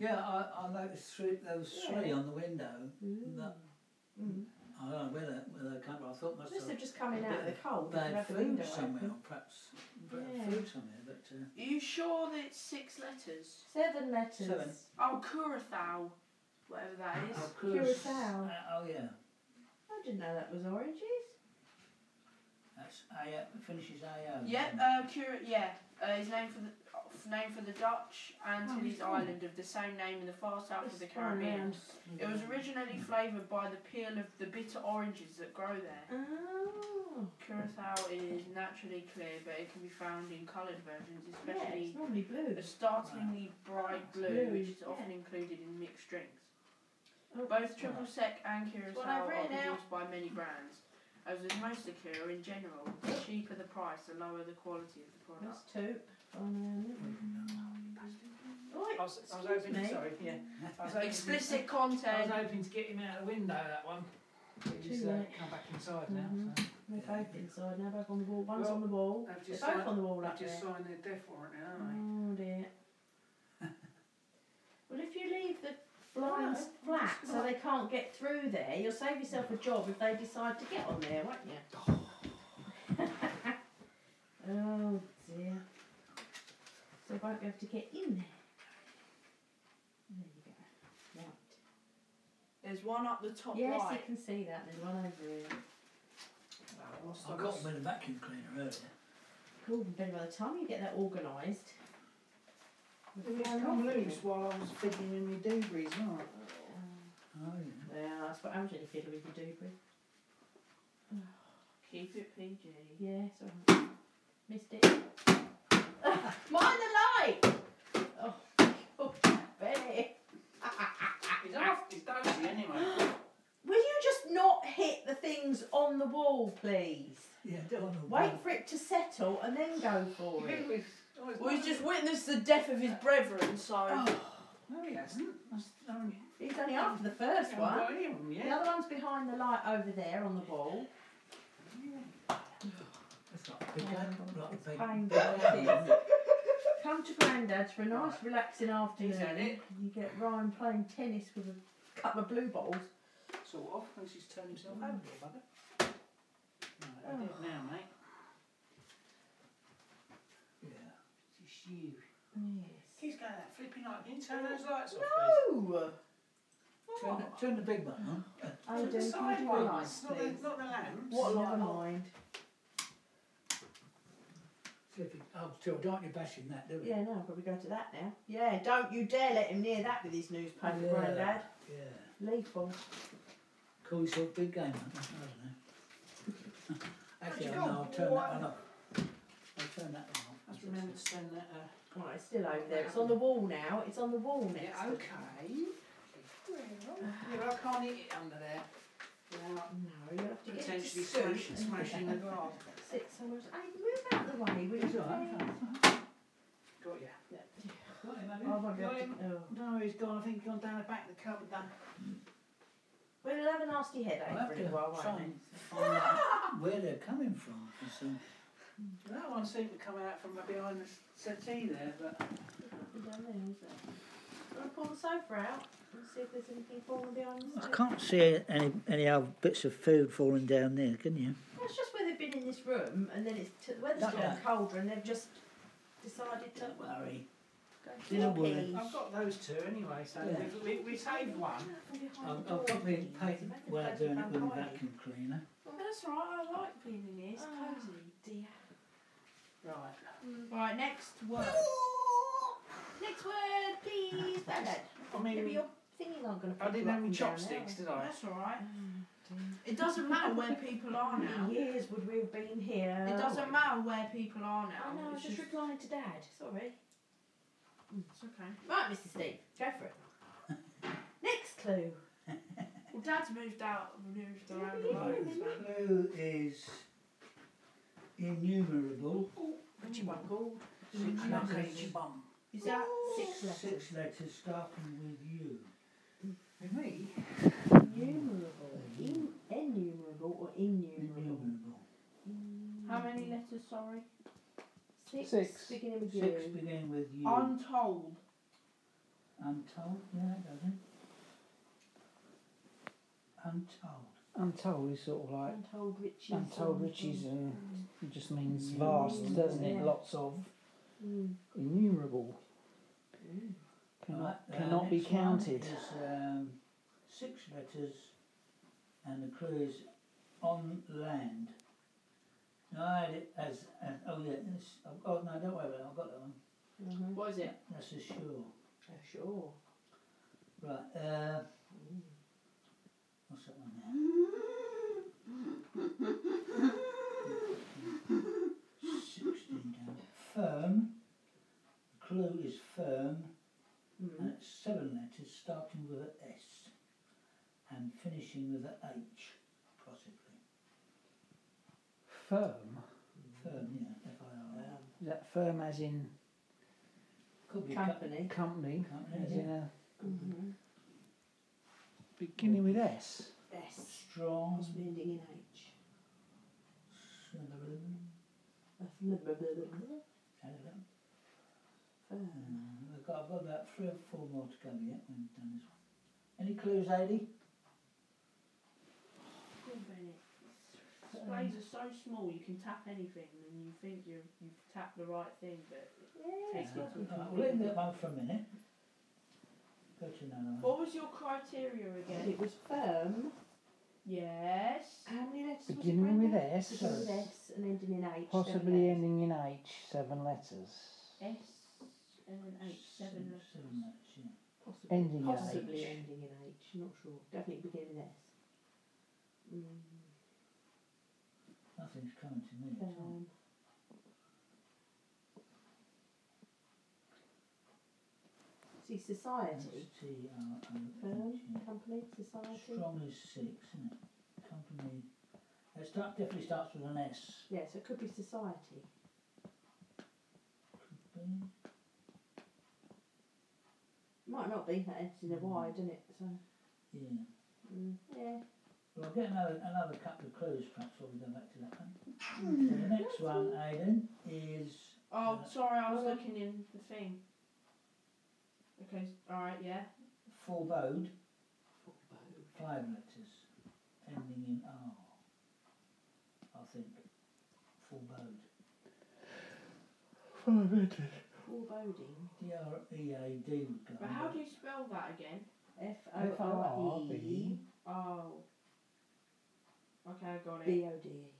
Speaker 2: Yeah, I, I noticed three, there was three
Speaker 5: Yeah.
Speaker 2: on the window.
Speaker 5: Ooh.
Speaker 2: That-
Speaker 5: Mm.
Speaker 2: I don't know whether whether they come from. I thought must
Speaker 5: Must
Speaker 2: have
Speaker 5: have just coming out of the cold. and
Speaker 2: bad
Speaker 5: left the window
Speaker 2: food somewhere,
Speaker 5: open.
Speaker 2: or perhaps bad
Speaker 5: Yeah.
Speaker 2: food somewhere. But uh,
Speaker 1: Are you sure that it's six letters?
Speaker 5: Seven letters.
Speaker 2: Seven.
Speaker 1: Oh, Curathao. Whatever that is.
Speaker 2: oh, Curacao.
Speaker 5: Curacao.
Speaker 2: Uh, oh yeah,
Speaker 5: I didn't know that was oranges.
Speaker 2: that's A. uh, Finishes A O.
Speaker 5: Um,
Speaker 1: Yeah, uh, Cura, yeah. Uh, his name for the f- name for the Dutch
Speaker 5: Oh,
Speaker 1: Antilles Island of the same name in the far south of the
Speaker 5: It's fine
Speaker 1: Caribbean.
Speaker 5: now.
Speaker 1: It was originally flavoured by the peel of the bitter oranges that grow there.
Speaker 5: Oh.
Speaker 1: Curacao is naturally clear, but it can be found in coloured versions,
Speaker 5: Yeah,
Speaker 1: especially
Speaker 5: it's normally blue.
Speaker 1: a startlingly bright blue,
Speaker 5: Blue,
Speaker 1: which is
Speaker 5: yeah.
Speaker 1: often included in mixed drinks.
Speaker 5: Oh,
Speaker 1: Both triple sec and curacao
Speaker 5: What I've
Speaker 1: are
Speaker 5: written out.
Speaker 1: produced by many brands. As with most liqueur in general, the cheaper the price, the lower the quality of the
Speaker 5: That's
Speaker 1: product.
Speaker 5: two. Oh, Um,
Speaker 1: Right.
Speaker 7: I was, I was
Speaker 5: Excuse
Speaker 7: hoping,
Speaker 5: me.
Speaker 7: sorry, yeah. I was hoping
Speaker 1: Explicit
Speaker 7: To, I was
Speaker 1: content.
Speaker 7: hoping to get him out the window, that one. He's
Speaker 5: Too
Speaker 7: uh,
Speaker 5: late.
Speaker 7: come back inside now.
Speaker 4: Mm-hmm.
Speaker 5: Mhm.
Speaker 7: So.
Speaker 5: They're both inside now, both on the wall. One's
Speaker 7: Well,
Speaker 5: on the wall.
Speaker 7: I've
Speaker 5: They're
Speaker 7: just
Speaker 5: both
Speaker 7: signed,
Speaker 5: on the wall up
Speaker 7: I've
Speaker 5: there.
Speaker 7: just signed their death warrant now, haven't
Speaker 5: Oh dear. well, if you leave the blinds flat so they can't get through there, you'll save yourself a job if they decide to get on there, won't you? oh dear. So I won't be able to get in there. There you go. Right.
Speaker 1: There's one up the top
Speaker 5: Yes,
Speaker 1: right.
Speaker 5: you can see that. There's one over there.
Speaker 1: Oh, lost-
Speaker 2: I
Speaker 1: I
Speaker 2: got
Speaker 1: lost-
Speaker 2: them in a vacuum cleaner earlier.
Speaker 5: Cool. Then by the time you get that organised,
Speaker 4: Well, they hung loose while I was fiddling in my debris, not
Speaker 2: Oh yeah.
Speaker 5: well, that's what happens when you fiddle with your debris.
Speaker 8: Keep it PG.
Speaker 5: Yeah, sorry. Missed it. [laughs] Mind the light! Oh, [laughs] oh Benny.
Speaker 7: Ah,
Speaker 4: He's after, he's dozy
Speaker 7: [gasps]
Speaker 4: anyway.
Speaker 5: Will you just not hit the things on the wall, please?
Speaker 2: Yeah, don't want to
Speaker 5: Wait for it to settle and then go for it.
Speaker 7: Oh,
Speaker 8: Well, he's just witnessed the death of his brethren, so.
Speaker 1: Oh.
Speaker 4: No, Oh, he hasn't. That's only
Speaker 5: It's only after the first one.
Speaker 4: got any of them
Speaker 5: The
Speaker 4: yet.
Speaker 5: other one's behind the light over there on the wall.
Speaker 2: That's not a big one. Not a big
Speaker 5: Pain Come to Grandad's for a nice relaxing afternoon.
Speaker 4: He's had it.
Speaker 5: You get Ryan playing tennis with a couple of blue balls.
Speaker 4: Sort of. Thinks he's turned himself
Speaker 2: Mm.
Speaker 4: over, the bugger.
Speaker 2: Oh.
Speaker 4: Oh. Right, I did now, mate.
Speaker 2: Yeah.
Speaker 4: It's you.
Speaker 5: Oh, Yes.
Speaker 4: He's going that flipping light. Can you turn those lights off? please?
Speaker 5: No!
Speaker 2: Turn, the- turn the big one on.
Speaker 5: I don't
Speaker 4: The
Speaker 5: think
Speaker 4: side
Speaker 5: Oh, you
Speaker 4: ones, not
Speaker 5: please.
Speaker 4: the, not the lamps.
Speaker 5: What Never mind.
Speaker 2: See if it, oh, still, don't you bash him that, do we?
Speaker 5: Yeah, no, I'll probably go to that now. Yeah, don't you dare let him near that with his newspaper,
Speaker 2: Yeah.
Speaker 5: Grandad.
Speaker 2: Yeah.
Speaker 5: Lethal.
Speaker 2: Call yourself big game, aren't you? I don't know. [laughs] Actually,
Speaker 4: you
Speaker 2: I'll,
Speaker 4: got
Speaker 2: I'll turn that
Speaker 4: one?
Speaker 2: one off. I'll turn that one off.
Speaker 4: That's remember to send that. Uh,
Speaker 5: Right, it's still over there. It's on the wall now. It's on the wall next.
Speaker 4: Yeah, okay. Yeah, I can't eat it under there. Without
Speaker 5: No, you have to get it to
Speaker 4: potentially
Speaker 5: suit
Speaker 4: smashing,
Speaker 5: and
Speaker 4: smashing the glass.
Speaker 5: Sit somewhere else. Hey, move out of the way, will
Speaker 2: It's
Speaker 5: you
Speaker 2: all right.
Speaker 5: please?
Speaker 4: Got ya.
Speaker 2: Got him, have
Speaker 5: I
Speaker 2: you?
Speaker 5: won't be able to- oh.
Speaker 4: No, he's gone. I think he's gone down the back of the cupboard. Done.
Speaker 5: We'll have a nasty headache
Speaker 2: I'll have
Speaker 5: for a
Speaker 2: to
Speaker 5: little while,
Speaker 2: try
Speaker 5: won't we?
Speaker 2: and find out where they're coming from. 'cause, um,
Speaker 4: That one seemed to come out from behind the settee there, but
Speaker 5: Be down there, is it? Wanna pull the sofa out and see if there's anything falling behind the
Speaker 2: I
Speaker 5: sofa?
Speaker 2: can't see any any other bits of food falling down there, can you?
Speaker 5: That's just where they've been in this room and then it's t- the weather's
Speaker 2: Don't
Speaker 5: gotten
Speaker 2: know.
Speaker 5: colder and they've just decided to
Speaker 2: Don't worry.
Speaker 5: go
Speaker 2: Don't
Speaker 5: for a
Speaker 2: worry.
Speaker 5: pee.
Speaker 4: I've got those two anyway, so
Speaker 2: Yeah.
Speaker 4: we, we, we saved one.
Speaker 2: I'll, I'll probably pay while I'm doing it with a vacuum cleaner.
Speaker 1: Oh, That's all right, I like being in here, it's cosy.
Speaker 4: Right.
Speaker 5: Right, next word. next word, please. Ballad.
Speaker 4: [laughs] I
Speaker 5: Yeah, but
Speaker 4: mean,
Speaker 5: your thingies aren't going to
Speaker 4: I didn't have any chopsticks, did I?
Speaker 1: That's all right. It doesn't matter where people are
Speaker 5: How
Speaker 1: now.
Speaker 5: many years would we have been here?
Speaker 1: It doesn't matter where people are now.
Speaker 5: I know, Oh, I was
Speaker 1: it's
Speaker 5: just
Speaker 1: just-
Speaker 5: replying to Dad. Sorry.
Speaker 1: it's okay.
Speaker 5: Right, Mr. Steve, go for [laughs] it. Next clue.
Speaker 1: Well, Dad's moved out, moved around the
Speaker 5: Yeah,
Speaker 1: road.
Speaker 5: yeah,
Speaker 1: so-
Speaker 2: Clue is innumerable.
Speaker 4: Mm.
Speaker 5: Chibunkle.
Speaker 2: Six
Speaker 4: Okay,
Speaker 2: letters.
Speaker 4: chibum.
Speaker 5: Is that six letters?
Speaker 2: Six letters starting with U.
Speaker 4: With me?
Speaker 5: Innumerable. In- innumerable or innumerable?
Speaker 2: Innumerable.
Speaker 1: How many letters, sorry?
Speaker 5: Six.
Speaker 9: Six.
Speaker 5: Beginning with
Speaker 2: Six
Speaker 5: you.
Speaker 2: beginning with U.
Speaker 1: I'm told.
Speaker 2: Untold. Yeah, it doesn't. Untold.
Speaker 9: Untold is sort of like
Speaker 5: Untold riches.
Speaker 9: untold riches and it just means vast, doesn't it?
Speaker 5: Yeah.
Speaker 9: Lots of
Speaker 5: Mm.
Speaker 9: innumerable. Cannot
Speaker 2: Right, uh,
Speaker 9: cannot be
Speaker 2: next one
Speaker 9: counted.
Speaker 2: Is, um, six letters, and the clue is on land. No, I had it as, as oh yeah, this, oh, oh no, don't worry about it. I've got that one.
Speaker 5: Mhm.
Speaker 9: uh-huh.
Speaker 1: What is it?
Speaker 2: That's a sure.
Speaker 5: Oh, Sure. Mm.
Speaker 2: Right. Uh, what's that one now? Sixteen down. Firm. Clue is firm.
Speaker 5: Mm.
Speaker 9: Mm-hmm.
Speaker 2: And it's Uh, seven letters starting with a S and finishing with a H, possibly.
Speaker 9: Firm.
Speaker 2: Firm, yeah, F I R M.
Speaker 9: Is that firm as in
Speaker 2: Could be company.
Speaker 5: Company.
Speaker 9: company?
Speaker 2: Company,
Speaker 9: As
Speaker 2: yeah.
Speaker 9: in a
Speaker 5: Mhm.
Speaker 9: beginning with S.
Speaker 5: S.
Speaker 2: strong.
Speaker 5: Must be ending in H.
Speaker 2: Slytherin,
Speaker 5: Firm.
Speaker 2: Slytherin. Mm, I've got, I've got about three or four more to go yet when we've done this one. Any clues, Aidy?
Speaker 1: Displays are so small, you can tap anything, and you think you you've tapped the right thing, but
Speaker 5: Yeah.
Speaker 1: Takes
Speaker 2: Alright,
Speaker 1: lots of time.
Speaker 2: Uh, we'll leave that one for a minute. Go to another one.
Speaker 1: what was your criteria again?
Speaker 5: It was firm.
Speaker 1: Yes.
Speaker 5: How many letters
Speaker 9: Beginning
Speaker 5: was it,
Speaker 9: with
Speaker 5: Brenda?
Speaker 9: S.
Speaker 5: Beginning with S and ending in H. seven
Speaker 9: Possibly
Speaker 5: letters. Eh?
Speaker 9: ending in H. Seven letters.
Speaker 1: S and then H seven
Speaker 2: Seven, seven
Speaker 1: letters.
Speaker 2: letters, yeah.
Speaker 5: Possibly,
Speaker 9: Ending in
Speaker 5: possibly
Speaker 9: H.
Speaker 5: ending in H. Not sure. Definitely beginning with S. Mm.
Speaker 2: Nothing's coming to me. at all.
Speaker 5: Um, see, society. Firm,
Speaker 2: S-T-R-O-H.
Speaker 5: company, society.
Speaker 2: Strong is six, isn't it? Company. It start, definitely starts with an S.
Speaker 5: Yeah, so it could be society.
Speaker 2: Company.
Speaker 5: Might not be that it's in a Y, doesn't it? So,
Speaker 2: Yeah.
Speaker 5: mm, yeah.
Speaker 2: We'll get another, another couple of clues perhaps before we go back to that
Speaker 1: Hmm.
Speaker 2: one. So the next one, Aidan, is
Speaker 1: Oh,
Speaker 2: Uh,
Speaker 1: sorry, I was
Speaker 2: well-
Speaker 1: looking in the thing. Okay, alright, yeah.
Speaker 2: forebode, five letters, ending in R. I think. Forebode.
Speaker 4: Five minutes.
Speaker 5: Foreboding.
Speaker 2: D R E A D would go.
Speaker 1: But how do you spell that again?
Speaker 5: F
Speaker 4: F
Speaker 5: O R E
Speaker 1: Oh. Okay, I got it.
Speaker 5: B O D E.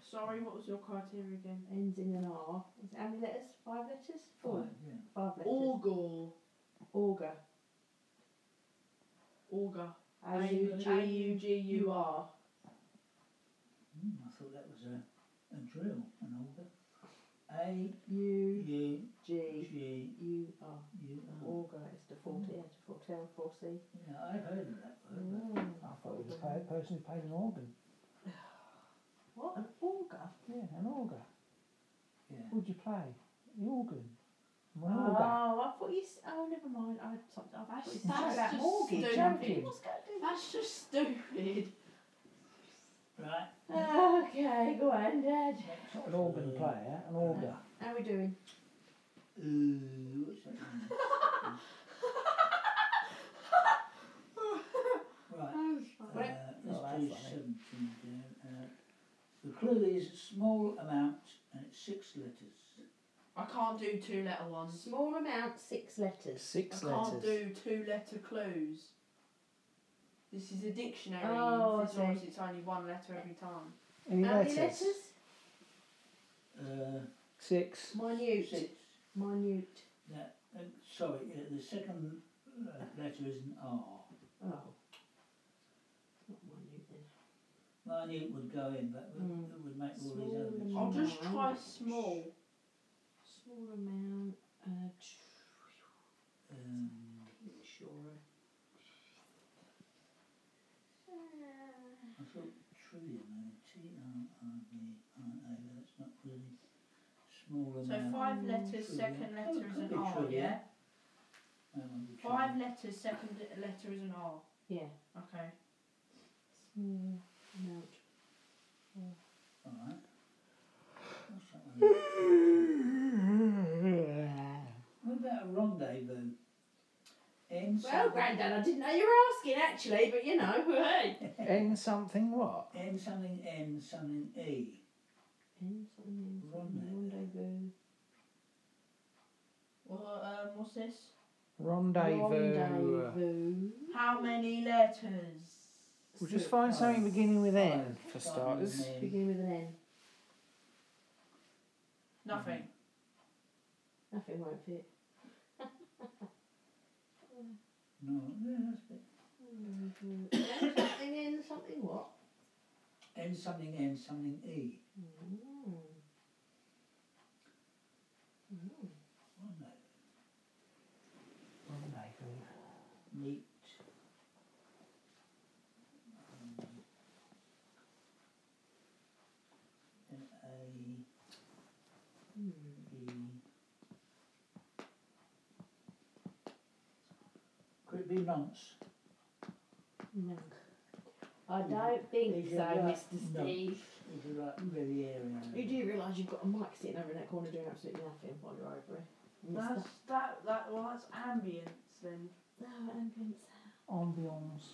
Speaker 1: Sorry, what was your criteria again?
Speaker 5: Ends in an R. Is it how many letters? Five letters? Four.
Speaker 2: Five, yeah.
Speaker 5: Five letters.
Speaker 1: Orgel.
Speaker 5: Auger.
Speaker 1: Auger.
Speaker 5: A U G U
Speaker 1: G
Speaker 5: U R.
Speaker 2: Mm, I thought that was a, a drill, an auger. A
Speaker 5: U
Speaker 2: U
Speaker 5: G
Speaker 2: G
Speaker 5: U R.
Speaker 2: U R.
Speaker 5: Auger is the forte, yeah, the forte, forte.
Speaker 2: Yeah, I've heard of that word.
Speaker 4: I thought it was a pa- person who played an organ.
Speaker 5: What an auger?
Speaker 4: Yeah, an organ.
Speaker 2: But, yeah.
Speaker 4: What'd you play? The organ. An
Speaker 5: Oh,
Speaker 4: organ.
Speaker 5: I thought you. s- Oh, never mind. I something. I thought you
Speaker 1: That's just
Speaker 5: said about mortgage.
Speaker 1: stupid.
Speaker 5: Joking. What's going
Speaker 1: That's just stupid.
Speaker 2: Right.
Speaker 5: on? Okay, go on, Dad.
Speaker 4: It's not an organ player, an organ.
Speaker 5: How we doing?
Speaker 2: Ooh, what's that mean? right. Uh, let's do
Speaker 4: that's funny.
Speaker 2: 17 down. Uh, the clue is small amount and it's six letters.
Speaker 1: I can't do two letter ones.
Speaker 5: Small amount, six letters.
Speaker 1: I
Speaker 7: Six
Speaker 1: can't do two letter clues. This is a dictionary.
Speaker 5: Oh, I
Speaker 1: This one,
Speaker 5: see.
Speaker 1: it's only one letter every time.
Speaker 4: Any
Speaker 5: How many
Speaker 4: letters?
Speaker 5: letters?
Speaker 2: Uh,
Speaker 4: Six.
Speaker 5: [laughs] Minute.
Speaker 2: six.
Speaker 5: Minute.
Speaker 2: That, uh, sorry, uh, the second uh, letter is an R.
Speaker 5: Oh. Not minute then.
Speaker 2: Minute would go in, but it would- it would make all these
Speaker 5: Small
Speaker 2: other bits.
Speaker 1: I'll
Speaker 5: amount.
Speaker 2: in.
Speaker 1: just try small.
Speaker 5: Small amount. Uh, tr-
Speaker 2: Um,
Speaker 5: insurer.
Speaker 2: I thought trillion, T R I B I A, that's not really small
Speaker 1: So
Speaker 2: amount.
Speaker 1: five letters,
Speaker 2: Trillion.
Speaker 1: second
Speaker 2: Oh,
Speaker 1: letter
Speaker 2: it
Speaker 1: is
Speaker 2: could
Speaker 1: an
Speaker 2: be
Speaker 1: R,
Speaker 2: trillion.
Speaker 1: yeah?
Speaker 2: That one would be
Speaker 1: Five
Speaker 2: trillion.
Speaker 1: letters, second letter is an R.
Speaker 5: Yeah.
Speaker 1: Okay.
Speaker 5: Small amount.
Speaker 2: All right. What's that one? What about a rendezvous? N
Speaker 5: Well,
Speaker 2: something-
Speaker 5: Grandad, I didn't know you were asking actually, but you know, [laughs] hey.
Speaker 4: N something what?
Speaker 2: [laughs] N something N something E.
Speaker 5: Rendezvous.
Speaker 1: Well, um, what's this?
Speaker 4: Rendezvous.
Speaker 5: Rendezvous.
Speaker 1: How many letters?
Speaker 4: We'll just find something beginning with N
Speaker 2: Five,
Speaker 4: for
Speaker 2: starting with
Speaker 4: starters.
Speaker 2: an N.
Speaker 5: Begin with an N.
Speaker 1: Nothing.
Speaker 5: Nothing won't fit.
Speaker 2: No, yeah, that's it.
Speaker 5: Rendezvous. [coughs] N something N something what?
Speaker 2: N something N something E.
Speaker 5: Mm. Mm.
Speaker 2: Rendezvous.
Speaker 4: Rendezvous.
Speaker 2: meat. Um, A
Speaker 5: Mm.
Speaker 2: E. Could it be nonce?
Speaker 5: No. Mm. I don't think
Speaker 2: Is it
Speaker 5: so,
Speaker 2: right?
Speaker 5: Mr.
Speaker 2: No.
Speaker 5: Steve.
Speaker 2: Is it like really
Speaker 5: You
Speaker 2: area?
Speaker 5: do realise you've got a mic sitting over in that corner doing absolutely nothing while you're over it.
Speaker 1: That's that that well that's ambience then.
Speaker 5: No, ambulance.
Speaker 4: Ambience.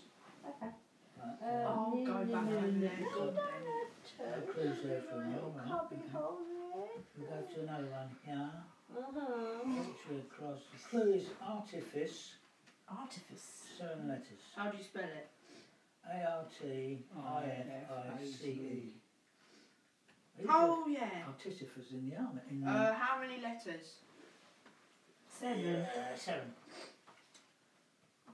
Speaker 5: Okay.
Speaker 2: Right,
Speaker 5: Uh,
Speaker 2: uh,
Speaker 1: I'll
Speaker 5: no,
Speaker 1: go
Speaker 5: no,
Speaker 1: back
Speaker 5: no,
Speaker 1: over
Speaker 5: no.
Speaker 1: there. God, then.
Speaker 2: no clues there for me. all right. Mhm. We'll go to another one here.
Speaker 5: Uh-huh.
Speaker 2: Venture across. The clue is artifice,
Speaker 5: Artifice.
Speaker 2: seven letters.
Speaker 1: How do you spell it?
Speaker 2: A R T I F I C E.
Speaker 1: Oh yeah.
Speaker 2: Artificers in the army. In the
Speaker 1: Uh, how many letters?
Speaker 5: Seven.
Speaker 2: Uh, seven.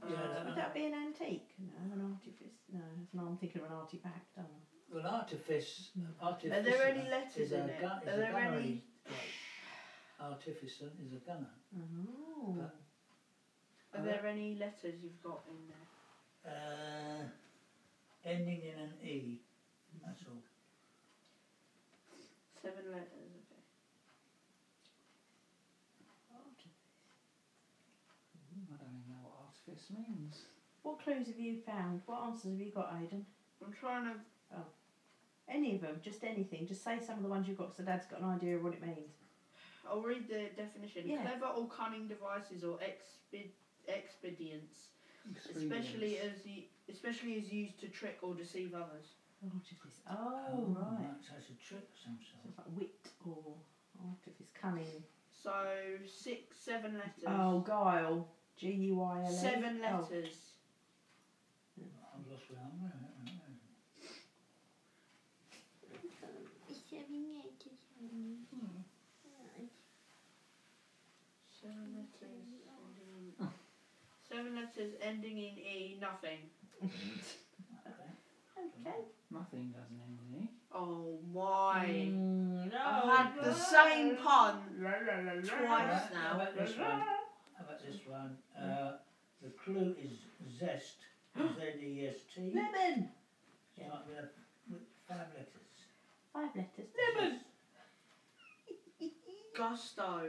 Speaker 1: Uh,
Speaker 5: Would that be an antique? No, an artifice. No, that's not, I'm thinking of an artifact, don't I?
Speaker 2: Well, artifice. artifice
Speaker 1: Are there any letters
Speaker 2: is a
Speaker 1: in it?
Speaker 2: gun-
Speaker 1: Are
Speaker 2: is a
Speaker 1: there
Speaker 2: gunnery
Speaker 1: any?
Speaker 2: grade. Artificer is a gunner.
Speaker 5: Oh.
Speaker 1: Are there any letters you've got in there?
Speaker 2: Uh, ending in an E. That's all.
Speaker 1: Seven letters. Okay.
Speaker 7: I don't even know what artifice means.
Speaker 5: What clues have you found? What answers have you got, Aidan?
Speaker 1: I'm trying to.
Speaker 5: Any of them? Just anything? Just say some of the ones you've got, so Dad's got an idea of what it means.
Speaker 1: I'll read the definition.
Speaker 5: Yeah.
Speaker 1: Clever or cunning devices or exped, expedients, especially
Speaker 7: Experience.
Speaker 1: as the, especially as used to trick or deceive others.
Speaker 5: Artifice. Oh, right.
Speaker 2: That's, that's a trick of some
Speaker 5: So
Speaker 2: sort.
Speaker 5: it's like wit or artifice, cunning.
Speaker 1: So six, seven letters.
Speaker 5: Oh, guile. G U I L E.
Speaker 1: Seven
Speaker 5: Oh.
Speaker 1: letters.
Speaker 2: I've lost where I'm going.
Speaker 1: Seven letters. ending in- E. Seven letters ending in e. Nothing.
Speaker 5: Okay.
Speaker 7: Nothing doesn't end in E.
Speaker 1: Oh my!
Speaker 5: Mm, no.
Speaker 1: I've had the same pun
Speaker 5: La, la, la, la.
Speaker 1: twice
Speaker 2: How
Speaker 1: now.
Speaker 2: about this one? How about this one?
Speaker 5: Hmm.
Speaker 2: Uh, the clue is zest. Z E S T.
Speaker 5: Lemon.
Speaker 2: Start with, a- with five letters.
Speaker 5: Five letters.
Speaker 2: Lemon.
Speaker 1: Gusto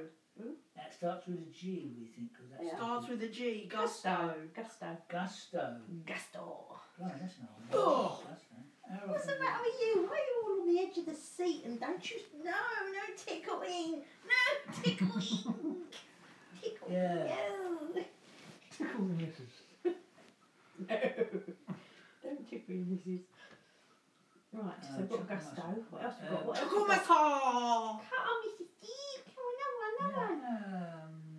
Speaker 2: That starts with a G, we think, because that
Speaker 5: Yeah.
Speaker 1: starts with a G. Gusto.
Speaker 5: Gusto.
Speaker 2: gusto.
Speaker 5: Gusto.
Speaker 2: Right, that's not.
Speaker 5: Oh.
Speaker 2: That's not.
Speaker 5: What's the matter with you? Why are you all on the edge of the seat and don't you? No, no tickling. No [laughs] tickling. Tickle
Speaker 2: Yeah.
Speaker 5: you.
Speaker 4: Tickle the missus.
Speaker 5: No. don't tickle your missus. Right, so
Speaker 2: Uh,
Speaker 5: we've
Speaker 2: tickle
Speaker 5: got
Speaker 2: myself.
Speaker 5: gusto. What else we got?
Speaker 2: Uh,
Speaker 5: What else we got?
Speaker 1: Tomato.
Speaker 5: Come on, Mrs. D. Come on, another one, another
Speaker 2: Um,
Speaker 5: one.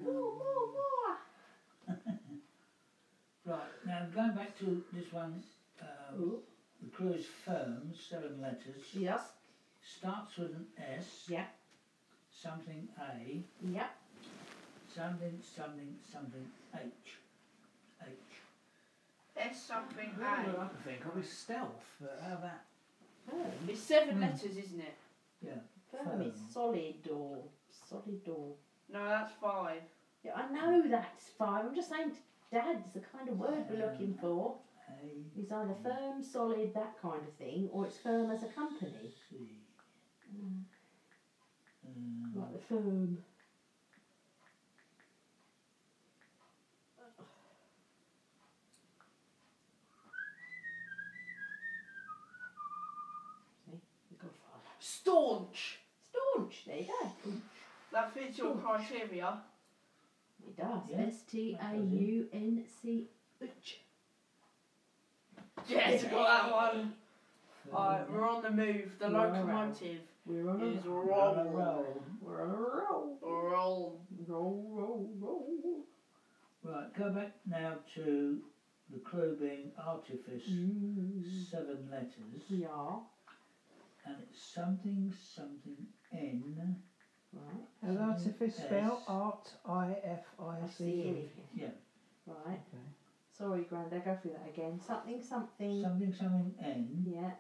Speaker 5: More, more, more.
Speaker 2: Right, now going back to this one, um, the clue is firm, seven letters,
Speaker 5: Oh, Yes.
Speaker 2: starts with an S,
Speaker 5: Yeah.
Speaker 2: something A,
Speaker 5: Yep.
Speaker 2: something, something, something H. H.
Speaker 1: S something
Speaker 7: All I
Speaker 1: A.
Speaker 7: can think of is stealth, but how about
Speaker 5: Firm.
Speaker 1: It's seven
Speaker 2: Hmm.
Speaker 1: letters, isn't it?
Speaker 5: Firm
Speaker 2: Firm.
Speaker 5: is solid or solid or.
Speaker 1: No, that's five.
Speaker 5: Yeah, I know that's fine. I'm just saying, Dad's the kind of word we're looking for.
Speaker 2: A,
Speaker 5: It's either firm, solid, that kind of thing, or it's firm as a company.
Speaker 2: C. Hmm.
Speaker 5: Mm.
Speaker 2: Um,
Speaker 5: Like the firm. See, we've got five.
Speaker 1: Staunch.
Speaker 5: Staunch, there you go.
Speaker 1: That fits your
Speaker 5: Staunch.
Speaker 1: criteria.
Speaker 5: It does.
Speaker 2: Yeah,
Speaker 5: S T A U N C H.
Speaker 1: Yes, I got that one.
Speaker 2: firm.
Speaker 1: Alright, we're on the move. The
Speaker 5: We're on a roll.
Speaker 1: locomotive
Speaker 5: We're on
Speaker 1: is
Speaker 5: a roll.
Speaker 2: Roll, roll,
Speaker 1: roll.
Speaker 2: roll.
Speaker 5: We're on a roll.
Speaker 1: Roll.
Speaker 5: Roll, roll, roll.
Speaker 2: Right, go back now to the clue being artifice,
Speaker 5: Mm.
Speaker 2: seven letters,
Speaker 5: We are.
Speaker 2: and it's something, something N.
Speaker 5: Right.
Speaker 4: And artifice
Speaker 2: Yes.
Speaker 4: spell art I F I
Speaker 5: I
Speaker 4: C
Speaker 5: see
Speaker 4: E.
Speaker 5: anything.
Speaker 2: Yeah.
Speaker 5: Right.
Speaker 4: Okay.
Speaker 5: Sorry, Grandad, go through that again. Something, something.
Speaker 2: Something, something N.
Speaker 5: Yeah,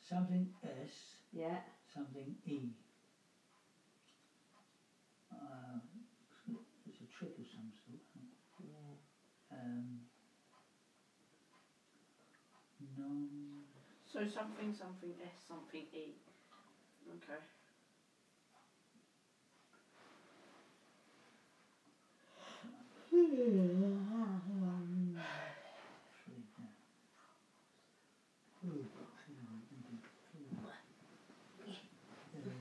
Speaker 2: Something S,
Speaker 5: yeah.
Speaker 2: something E. Uh, it's a trick of some sort.
Speaker 5: yeah.
Speaker 2: Um, non.
Speaker 1: So something, something, S, something, E. Okay.
Speaker 2: Three now. Ooh, hang on, hang on, hang on. Uh,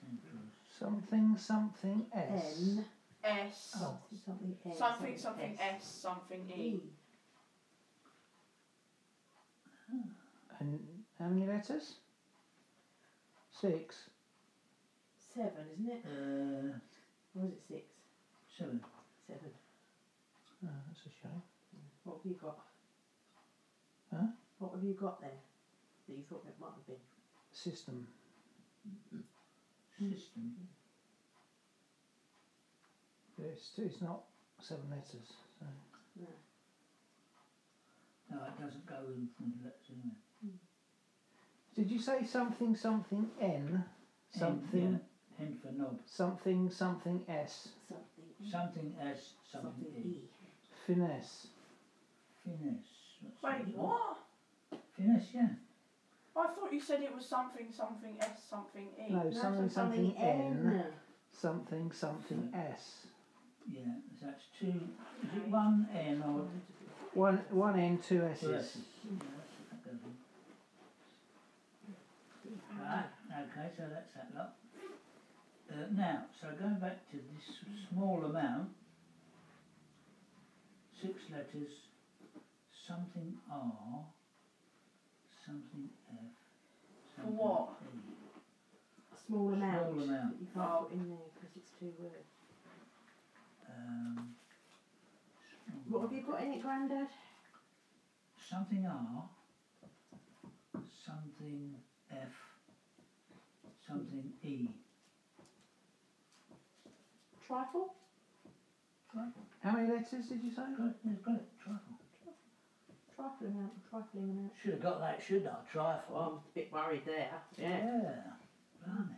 Speaker 2: ten plus.
Speaker 4: Something something S.
Speaker 5: N.
Speaker 1: S.
Speaker 4: Oh.
Speaker 5: Something, N.
Speaker 1: Something, something, S, something, E.
Speaker 4: And how many letters? Six.
Speaker 5: Seven, isn't it?
Speaker 2: Uh,
Speaker 5: Or is it six?
Speaker 2: seven.
Speaker 5: Seven.
Speaker 4: Oh, that's a shame.
Speaker 5: What have you got?
Speaker 4: Huh?
Speaker 5: What have you got there that you thought it might have been?
Speaker 4: System.
Speaker 2: System.
Speaker 4: It's, it's not seven letters. So.
Speaker 2: No, it doesn't go in from the letters anyway.
Speaker 4: Did you say something something N? Something
Speaker 2: Hen, yeah. Hen for knob.
Speaker 4: something something S.
Speaker 10: Something.
Speaker 5: Mm.
Speaker 2: Something S, something,
Speaker 10: Something
Speaker 2: E.
Speaker 10: E.
Speaker 4: Finesse.
Speaker 2: Finesse. What's
Speaker 1: Wait,
Speaker 2: that?
Speaker 1: what?
Speaker 2: Finesse, yeah.
Speaker 1: I thought you said it was something, something, S, something, E.
Speaker 4: No, something something, N.
Speaker 10: N.
Speaker 4: Something something S.
Speaker 2: Yeah, so that's two. Is it one N or
Speaker 4: One one N two
Speaker 2: two
Speaker 4: S's.
Speaker 2: S's? Yeah, that's what that goes on. Right, okay, so that's that lot. Uh, now, so going back to this small amount, six letters, something R, something F.
Speaker 1: For
Speaker 2: something
Speaker 1: what?
Speaker 2: E.
Speaker 10: A small amount.
Speaker 2: Small amount.
Speaker 10: That you can't put in there because it's two words.
Speaker 2: Um,
Speaker 5: What have you got in it, Grandad?
Speaker 2: Something R, something F, something E.
Speaker 5: Trifle?
Speaker 4: How many letters did you say?
Speaker 2: Got it, yeah, got it, trifle.
Speaker 10: Trifling amount. Trifling amount.
Speaker 2: Should have got that, shouldn't I? Trifle.
Speaker 5: Well, I'm a bit worried there. Yeah.
Speaker 2: Blimey.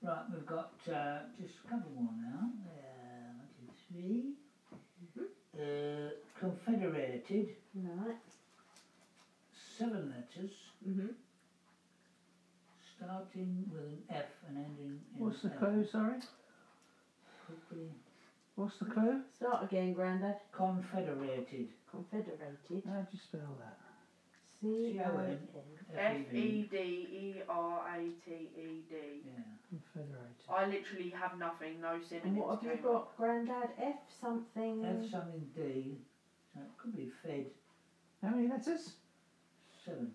Speaker 2: Right, we've got uh, just a couple more now. Uh, one, two, three. Uh, confederated,
Speaker 10: Right.
Speaker 2: seven letters,
Speaker 5: Mm-hmm.
Speaker 10: Mhm.
Speaker 2: starting with an F and ending in
Speaker 4: What's the
Speaker 2: L.
Speaker 4: clue, sorry?
Speaker 2: Quickly.
Speaker 4: What's the clue?
Speaker 5: Start again, Grandad.
Speaker 2: Confederated.
Speaker 5: Confederated.
Speaker 4: How'd you spell that?
Speaker 5: C O N.
Speaker 1: F
Speaker 2: F-E-V.
Speaker 1: E D E R A T E D.
Speaker 2: Yeah.
Speaker 4: Confederated.
Speaker 1: I literally have nothing, no
Speaker 5: And
Speaker 1: synonyms.
Speaker 5: what have you
Speaker 1: came up.
Speaker 5: got, Grandad? F something.
Speaker 2: F something D. So it could be Fed
Speaker 4: How many letters?
Speaker 2: seven.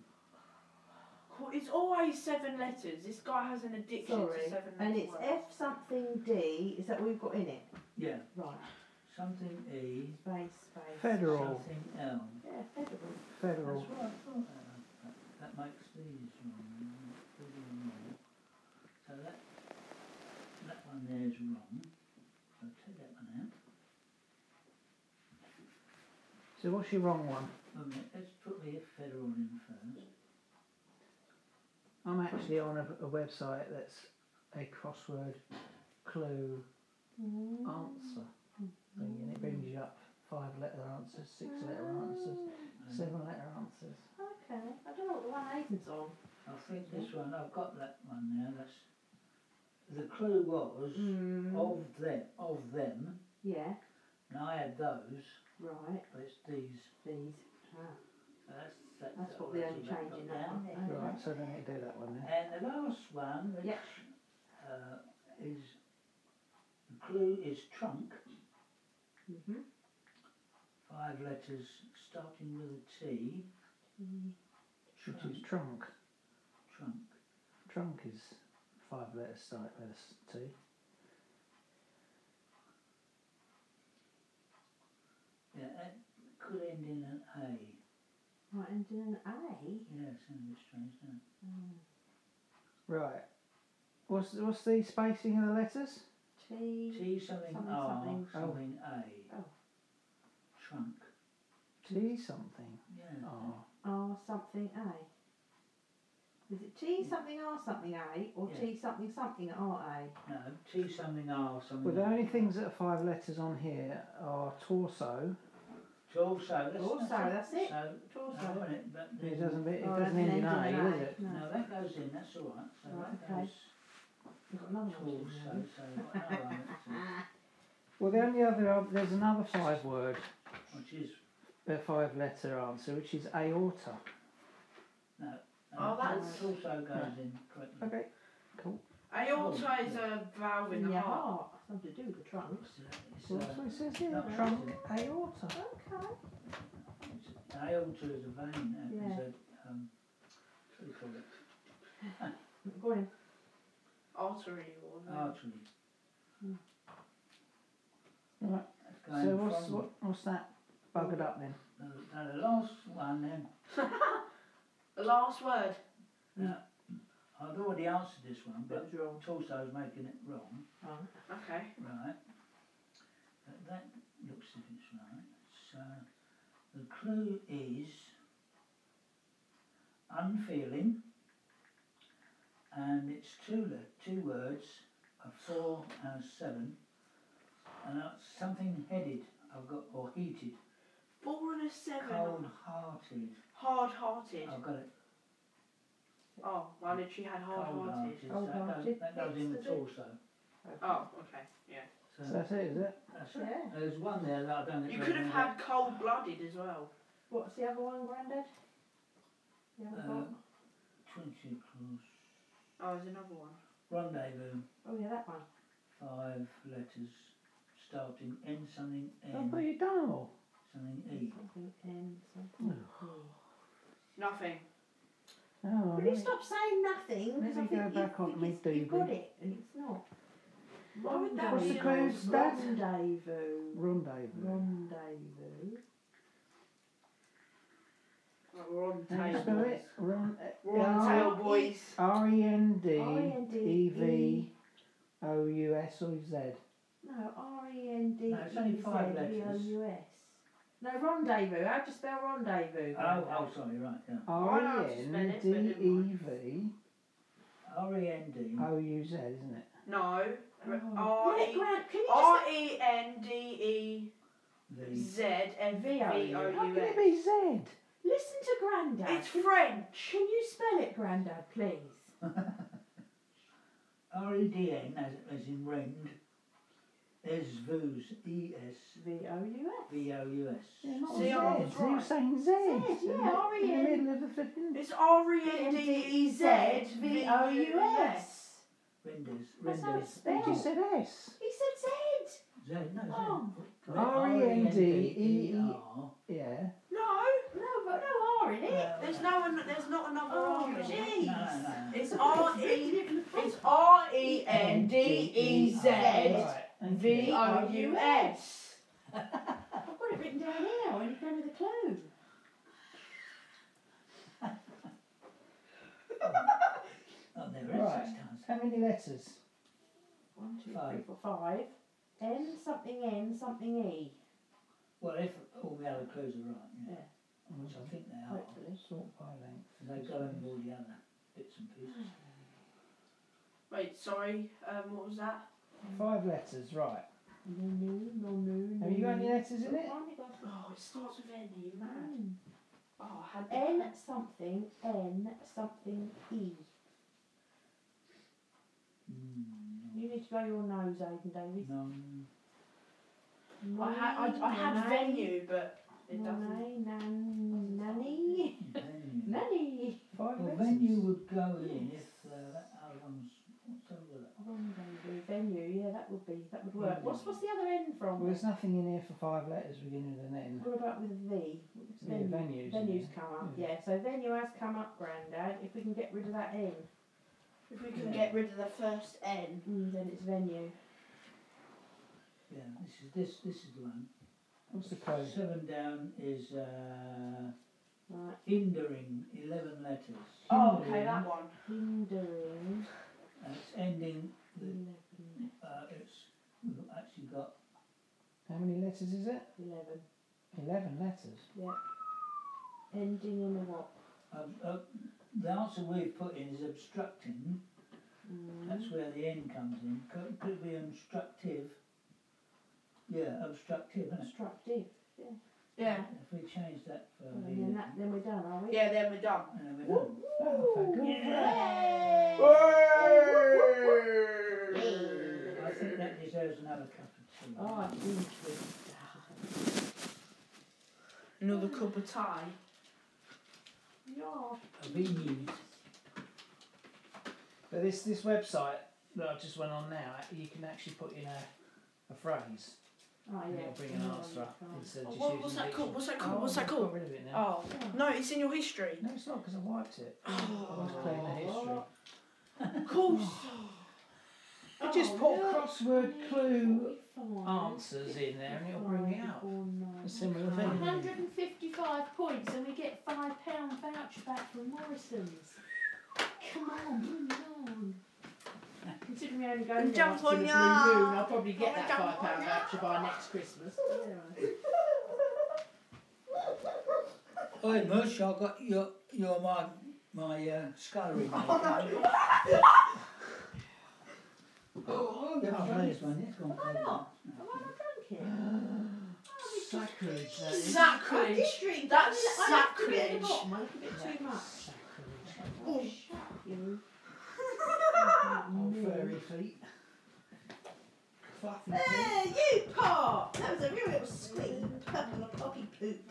Speaker 1: Cool, It's always seven letters. This guy has an addiction
Speaker 5: Sorry.
Speaker 1: to seven
Speaker 5: And
Speaker 1: letter
Speaker 5: it's
Speaker 1: words.
Speaker 5: F something D. Is that what we've got in it?
Speaker 2: Yeah.
Speaker 5: Right.
Speaker 2: Something E.
Speaker 5: Space, space.
Speaker 4: Federal.
Speaker 2: Something L.
Speaker 5: yeah, federal.
Speaker 2: That's
Speaker 4: Federal.
Speaker 2: what I thought. Uh, that, that makes these wrong. These are wrong. So that that one there is wrong. So take that one out.
Speaker 4: So what's your wrong one?
Speaker 2: Wait a minute, let's put the federal in first.
Speaker 4: I'm actually on a, a website that's a crossword clue
Speaker 5: Mm-hmm. Oh,
Speaker 4: answer thing, and it brings you up five letter answers, six letter answers,
Speaker 2: And
Speaker 4: seven letter answers.
Speaker 5: Okay. I don't know what the one Aiden's on.
Speaker 2: I think this one, I've got that one now. That's the clue was
Speaker 5: Oh.
Speaker 2: of them. Of them.
Speaker 5: Mm. Yeah.
Speaker 2: And I had those,
Speaker 5: Right.
Speaker 2: but it's these.
Speaker 5: These. Ah.
Speaker 2: So that's that's, that
Speaker 5: That's what the
Speaker 2: one, so that
Speaker 5: only change
Speaker 2: got
Speaker 5: in
Speaker 2: down
Speaker 5: that one.
Speaker 2: there.
Speaker 5: Okay.
Speaker 4: Right, so then it do that one then.
Speaker 2: And the last one, which
Speaker 5: Yep.
Speaker 2: uh, is the clue is trunk,
Speaker 5: Mm-hmm.
Speaker 2: five letters starting with a T.
Speaker 5: Mm-hmm.
Speaker 4: Which
Speaker 2: Trunk,
Speaker 4: is trunk.
Speaker 2: trunk.
Speaker 4: Trunk is five letters, starting with a s- T.
Speaker 2: Yeah, that could end in an A.
Speaker 5: Right, and then A.
Speaker 2: Yeah, it sounds a bit strange, doesn't it?
Speaker 4: Right. What's what's the spacing of the letters?
Speaker 5: T.
Speaker 2: T something
Speaker 5: Something,
Speaker 2: R
Speaker 5: something.
Speaker 4: Oh.
Speaker 2: something A.
Speaker 5: Oh.
Speaker 2: Trunk.
Speaker 4: T something. Ah.
Speaker 2: Yeah.
Speaker 4: R.
Speaker 5: R something A. Is it T something R something A or
Speaker 2: Yeah.
Speaker 5: T something something R A?
Speaker 2: No, T something R
Speaker 4: Well,
Speaker 2: something.
Speaker 4: the
Speaker 2: A.
Speaker 4: only things that are five letters on here are torso.
Speaker 2: Torso. That's,
Speaker 5: Torso, Oh, that's it. Oh,
Speaker 2: So,
Speaker 5: Torso.
Speaker 2: no, isn't it? But
Speaker 4: It doesn't. be- It
Speaker 5: Oh,
Speaker 4: doesn't end
Speaker 5: that's an
Speaker 4: in A,
Speaker 5: end in an
Speaker 4: does
Speaker 5: A.
Speaker 4: it?
Speaker 2: No, that goes in, that's all right. So
Speaker 5: Right,
Speaker 2: that
Speaker 5: okay.
Speaker 2: goes
Speaker 5: We've got another
Speaker 2: torso,
Speaker 5: one. Ah,
Speaker 2: so what no, that's
Speaker 4: Well, the only other um, there's another five word,
Speaker 2: it. which is
Speaker 4: a five letter answer, which is aorta.
Speaker 2: Uh,
Speaker 1: Oh, that's-
Speaker 2: also goes in correctly.
Speaker 4: Okay.
Speaker 1: Aorta is a valve in
Speaker 5: In
Speaker 1: the
Speaker 5: your
Speaker 1: heart.
Speaker 5: heart. Something to do with the trunk.
Speaker 2: It's, uh, it's,
Speaker 4: So
Speaker 2: uh,
Speaker 4: that's what it says here.
Speaker 2: no,
Speaker 4: Trunk aorta.
Speaker 5: Okay.
Speaker 2: it's, aorta is a vein. Uh,
Speaker 5: Yeah.
Speaker 2: is a, um, what do you call it?
Speaker 5: Go on.
Speaker 1: Artery or whatever.
Speaker 2: Artery.
Speaker 5: Mm.
Speaker 4: Hmm. Right.
Speaker 2: That's going
Speaker 4: So what's
Speaker 2: from
Speaker 4: what, what's that buggered up then?
Speaker 2: The, now the last one then.
Speaker 1: The last word.
Speaker 2: I've already answered this one,
Speaker 5: That
Speaker 2: but
Speaker 5: was wrong.
Speaker 2: torso's making it wrong.
Speaker 1: Okay.
Speaker 2: Right. That, that looks if it's right. So the clue is unfeeling, and it's two le- two words, a four and a seven, and that's something headed. I've got or heated,
Speaker 1: Four and a seven.
Speaker 2: cold-hearted.
Speaker 1: Hard hearted.
Speaker 2: I've got it.
Speaker 1: Oh, well, I literally had hard hearted.
Speaker 2: Cold-hearted. That goes,
Speaker 5: Cold-hearted.
Speaker 2: that goes in the
Speaker 5: Next to the-
Speaker 2: torso.
Speaker 1: Oh, okay, yeah.
Speaker 2: So
Speaker 4: So that's it, is it?
Speaker 2: that's it.
Speaker 5: Yeah.
Speaker 2: There's one there that I don't. think
Speaker 1: You
Speaker 2: I
Speaker 1: could have
Speaker 2: remember.
Speaker 1: had cold blooded as well.
Speaker 5: What's the other one, Grandad? The other
Speaker 2: Uh,
Speaker 5: one?
Speaker 2: Twenty cross.
Speaker 1: Oh, there's another one.
Speaker 2: Rendezvous.
Speaker 5: Oh yeah, that one.
Speaker 2: Five letters, starting N something
Speaker 4: I
Speaker 5: Oh,
Speaker 4: thought
Speaker 2: N
Speaker 4: you'd done them all.
Speaker 2: something E.
Speaker 5: Something and something.
Speaker 1: Nothing.
Speaker 4: Oh,
Speaker 5: Will you stop saying nothing?
Speaker 4: Let
Speaker 5: Because I
Speaker 4: me
Speaker 5: think
Speaker 4: go
Speaker 5: you
Speaker 4: back onto
Speaker 5: think
Speaker 4: my
Speaker 5: it's- You've got
Speaker 4: David.
Speaker 5: it, and it's not.
Speaker 1: Why would that
Speaker 4: What's
Speaker 1: be?
Speaker 4: the
Speaker 1: an old
Speaker 4: clues, Dad?
Speaker 5: Rendezvous.
Speaker 4: Rendezvous.
Speaker 5: Rendezvous.
Speaker 1: Like, we're on
Speaker 4: How do you
Speaker 1: tail
Speaker 4: spell
Speaker 1: boys.
Speaker 4: it? Ren-
Speaker 1: We're on
Speaker 4: R-
Speaker 1: tail boys.
Speaker 4: R E N D E V
Speaker 5: R-E-N-D-E.
Speaker 4: O U S or Z.
Speaker 5: No, R E N D E
Speaker 2: No, it's only
Speaker 5: Z
Speaker 2: five
Speaker 5: V O
Speaker 2: letters.
Speaker 5: U S. No, rendezvous. How'd you spell rendezvous?
Speaker 2: Oh, oh, sorry, right, yeah.
Speaker 1: Why
Speaker 4: R
Speaker 1: not
Speaker 4: E
Speaker 1: just
Speaker 4: N D
Speaker 1: spell it, but
Speaker 4: E
Speaker 1: never
Speaker 4: V
Speaker 2: R E N D.
Speaker 4: O U Z, isn't it?
Speaker 1: No.
Speaker 5: Oh.
Speaker 1: R
Speaker 5: Yeah,
Speaker 1: E
Speaker 5: Grant, can you
Speaker 1: R
Speaker 5: just...
Speaker 1: E N D E
Speaker 2: The
Speaker 1: Z F V
Speaker 4: How
Speaker 1: O
Speaker 4: can
Speaker 1: U
Speaker 4: it
Speaker 1: S.
Speaker 4: be Z?
Speaker 5: Listen to Grandad.
Speaker 1: It's French.
Speaker 5: Can you spell it, Grandad, please?
Speaker 2: R E D N as, as in rend. There's Vus E S
Speaker 5: V E O U S.
Speaker 2: V O U
Speaker 4: Yeah,
Speaker 2: S.
Speaker 4: not
Speaker 1: See, I
Speaker 4: Z.
Speaker 1: was
Speaker 4: You were
Speaker 1: right.
Speaker 4: saying Z. E
Speaker 5: Z, yeah,
Speaker 4: In the
Speaker 5: R-E-N.
Speaker 4: middle of the flipping-
Speaker 1: It's R E N D E Z V O U S.
Speaker 2: Renders.
Speaker 5: That's how
Speaker 2: Renders.
Speaker 5: it's
Speaker 4: You
Speaker 5: spelled.
Speaker 4: just said S.
Speaker 5: He said Z.
Speaker 2: Z, no, Z. E
Speaker 5: Oh. E
Speaker 2: R-E-N-D-E-R.
Speaker 4: Yeah.
Speaker 1: No,
Speaker 5: No, but no R in it.
Speaker 2: Uh,
Speaker 1: there's no one. There's not another
Speaker 5: Oh,
Speaker 1: R in it.
Speaker 2: No,
Speaker 5: jeez.
Speaker 2: no, no.
Speaker 1: It's R E. It's R E N D E Z
Speaker 2: Right, thank
Speaker 1: V
Speaker 2: you.
Speaker 1: O U S.
Speaker 5: I've got it written down here. When you go with the clue.
Speaker 2: Oh, there it is,
Speaker 4: Right.
Speaker 2: six times.
Speaker 4: How many letters?
Speaker 5: One, two, three,
Speaker 2: Five.
Speaker 5: four, five. N something N something E.
Speaker 2: Well, if all the other clues are right, yeah.
Speaker 5: Yeah.
Speaker 4: Oh,
Speaker 2: Which I think they are.
Speaker 5: Hopefully.
Speaker 4: Sort by length.
Speaker 2: And they go in with all the other bits and pieces.
Speaker 1: Wait, sorry. Um, what was that?
Speaker 4: Five letters, right.
Speaker 5: No, no, no, no.
Speaker 4: Have you got any letters in it?
Speaker 5: it?
Speaker 1: Oh, it starts with N. Are you mad? Oh, I had the-
Speaker 5: N something N something E.
Speaker 2: Mm,
Speaker 5: You need to blow your nose, Aidan Davies.
Speaker 2: no.
Speaker 1: I had. I, I had venue, but it doesn't.
Speaker 5: Nanny, nan, nanny,
Speaker 2: No. Venue.
Speaker 5: nanny.
Speaker 4: Five
Speaker 2: Well,
Speaker 4: letters.
Speaker 2: venue would go in if uh, that other one's. What's the other one?
Speaker 5: Rendezvous, venue. Yeah, that would be that would work. What's what's the other N from?
Speaker 4: Well, there's nothing in here for five letters beginning with an N.
Speaker 5: What about with V? It's
Speaker 4: Yeah,
Speaker 5: venue.
Speaker 4: venues.
Speaker 5: Venue's come up,
Speaker 4: Yeah.
Speaker 5: yeah. So venue has come up, Grandad. If we can get rid of that N,
Speaker 1: If we can get rid of the first N.
Speaker 5: mm, then it's venue.
Speaker 2: Yeah, this is this this is the one.
Speaker 4: What's the code?
Speaker 2: Seven down is uh,
Speaker 5: Right,
Speaker 2: hindering. Eleven letters.
Speaker 1: Oh, okay, that one.
Speaker 5: hindering.
Speaker 2: And it's ending. uh, The,
Speaker 5: Eleven.
Speaker 2: uh, it's we've actually got
Speaker 4: How many letters is it?
Speaker 5: Eleven.
Speaker 4: Eleven letters.
Speaker 5: Ending in a what?
Speaker 2: Um, uh, the answer we've put in is obstructing. That's where the end comes in. Could, could be obstructive. Yeah, obstructive. Isn't it?
Speaker 5: Constructive.
Speaker 1: Yeah.
Speaker 2: If we change that for
Speaker 5: And
Speaker 2: the.
Speaker 5: then that, then we're done, are we?
Speaker 1: Yeah, then we're done.
Speaker 2: and then we're done.
Speaker 4: Oh, thank God.
Speaker 2: uh, I think that deserves another cup of tea.
Speaker 5: Oh, mm.
Speaker 1: Another cup of tea.
Speaker 5: yeah.
Speaker 2: A V news.
Speaker 4: But this this website that I just went on now, you can actually put in a, a phrase
Speaker 5: Oh,
Speaker 4: and
Speaker 5: yeah.
Speaker 4: it'll bring an
Speaker 5: Yeah,
Speaker 4: answer up
Speaker 5: yeah.
Speaker 4: instead of
Speaker 1: Oh,
Speaker 4: just
Speaker 1: what,
Speaker 4: using
Speaker 1: what's that called?
Speaker 4: dictionary.
Speaker 1: What's that called? What's that
Speaker 4: I've
Speaker 1: called?
Speaker 4: Got rid of it now.
Speaker 1: Oh, no, it's in your history.
Speaker 4: No, it's not because I wiped it. I was
Speaker 1: Oh,
Speaker 4: playing the history.
Speaker 1: of course.
Speaker 4: I
Speaker 1: Oh,
Speaker 4: just put crossword clue
Speaker 5: 45,
Speaker 4: answers in there and it'll bring it out.
Speaker 5: 49.
Speaker 4: A similar thing.
Speaker 11: 155 points and we get £5 voucher back from Morrison's.
Speaker 5: Come on, come on.
Speaker 11: Considering we only go there
Speaker 1: jump
Speaker 11: once
Speaker 1: on
Speaker 11: in a blue
Speaker 1: ya.
Speaker 11: moon, I'll probably get
Speaker 1: Wanna
Speaker 11: that
Speaker 1: jump
Speaker 11: £5
Speaker 1: on ya.
Speaker 11: voucher by next
Speaker 1: [laughs]
Speaker 11: Christmas.
Speaker 2: Oi, Mush, I got your, you're my my uh, scullery. Oh, oh, no. I'll play this one. It's gone
Speaker 5: Why
Speaker 2: cold.
Speaker 5: not? Have I not drunk it?
Speaker 2: Sacrilege, that is.
Speaker 1: [sighs]
Speaker 5: I did
Speaker 1: Sacrilege.
Speaker 5: drink.
Speaker 1: That's
Speaker 5: I left a bit at the
Speaker 1: sacrilege.
Speaker 5: bottom, I left a bit too much. Oh, shut you.
Speaker 4: Old
Speaker 1: Mm.
Speaker 4: furry feet.
Speaker 5: [laughs]
Speaker 2: Fluffy feet.
Speaker 5: There, you part! That was a real little sweet purple poppy poop.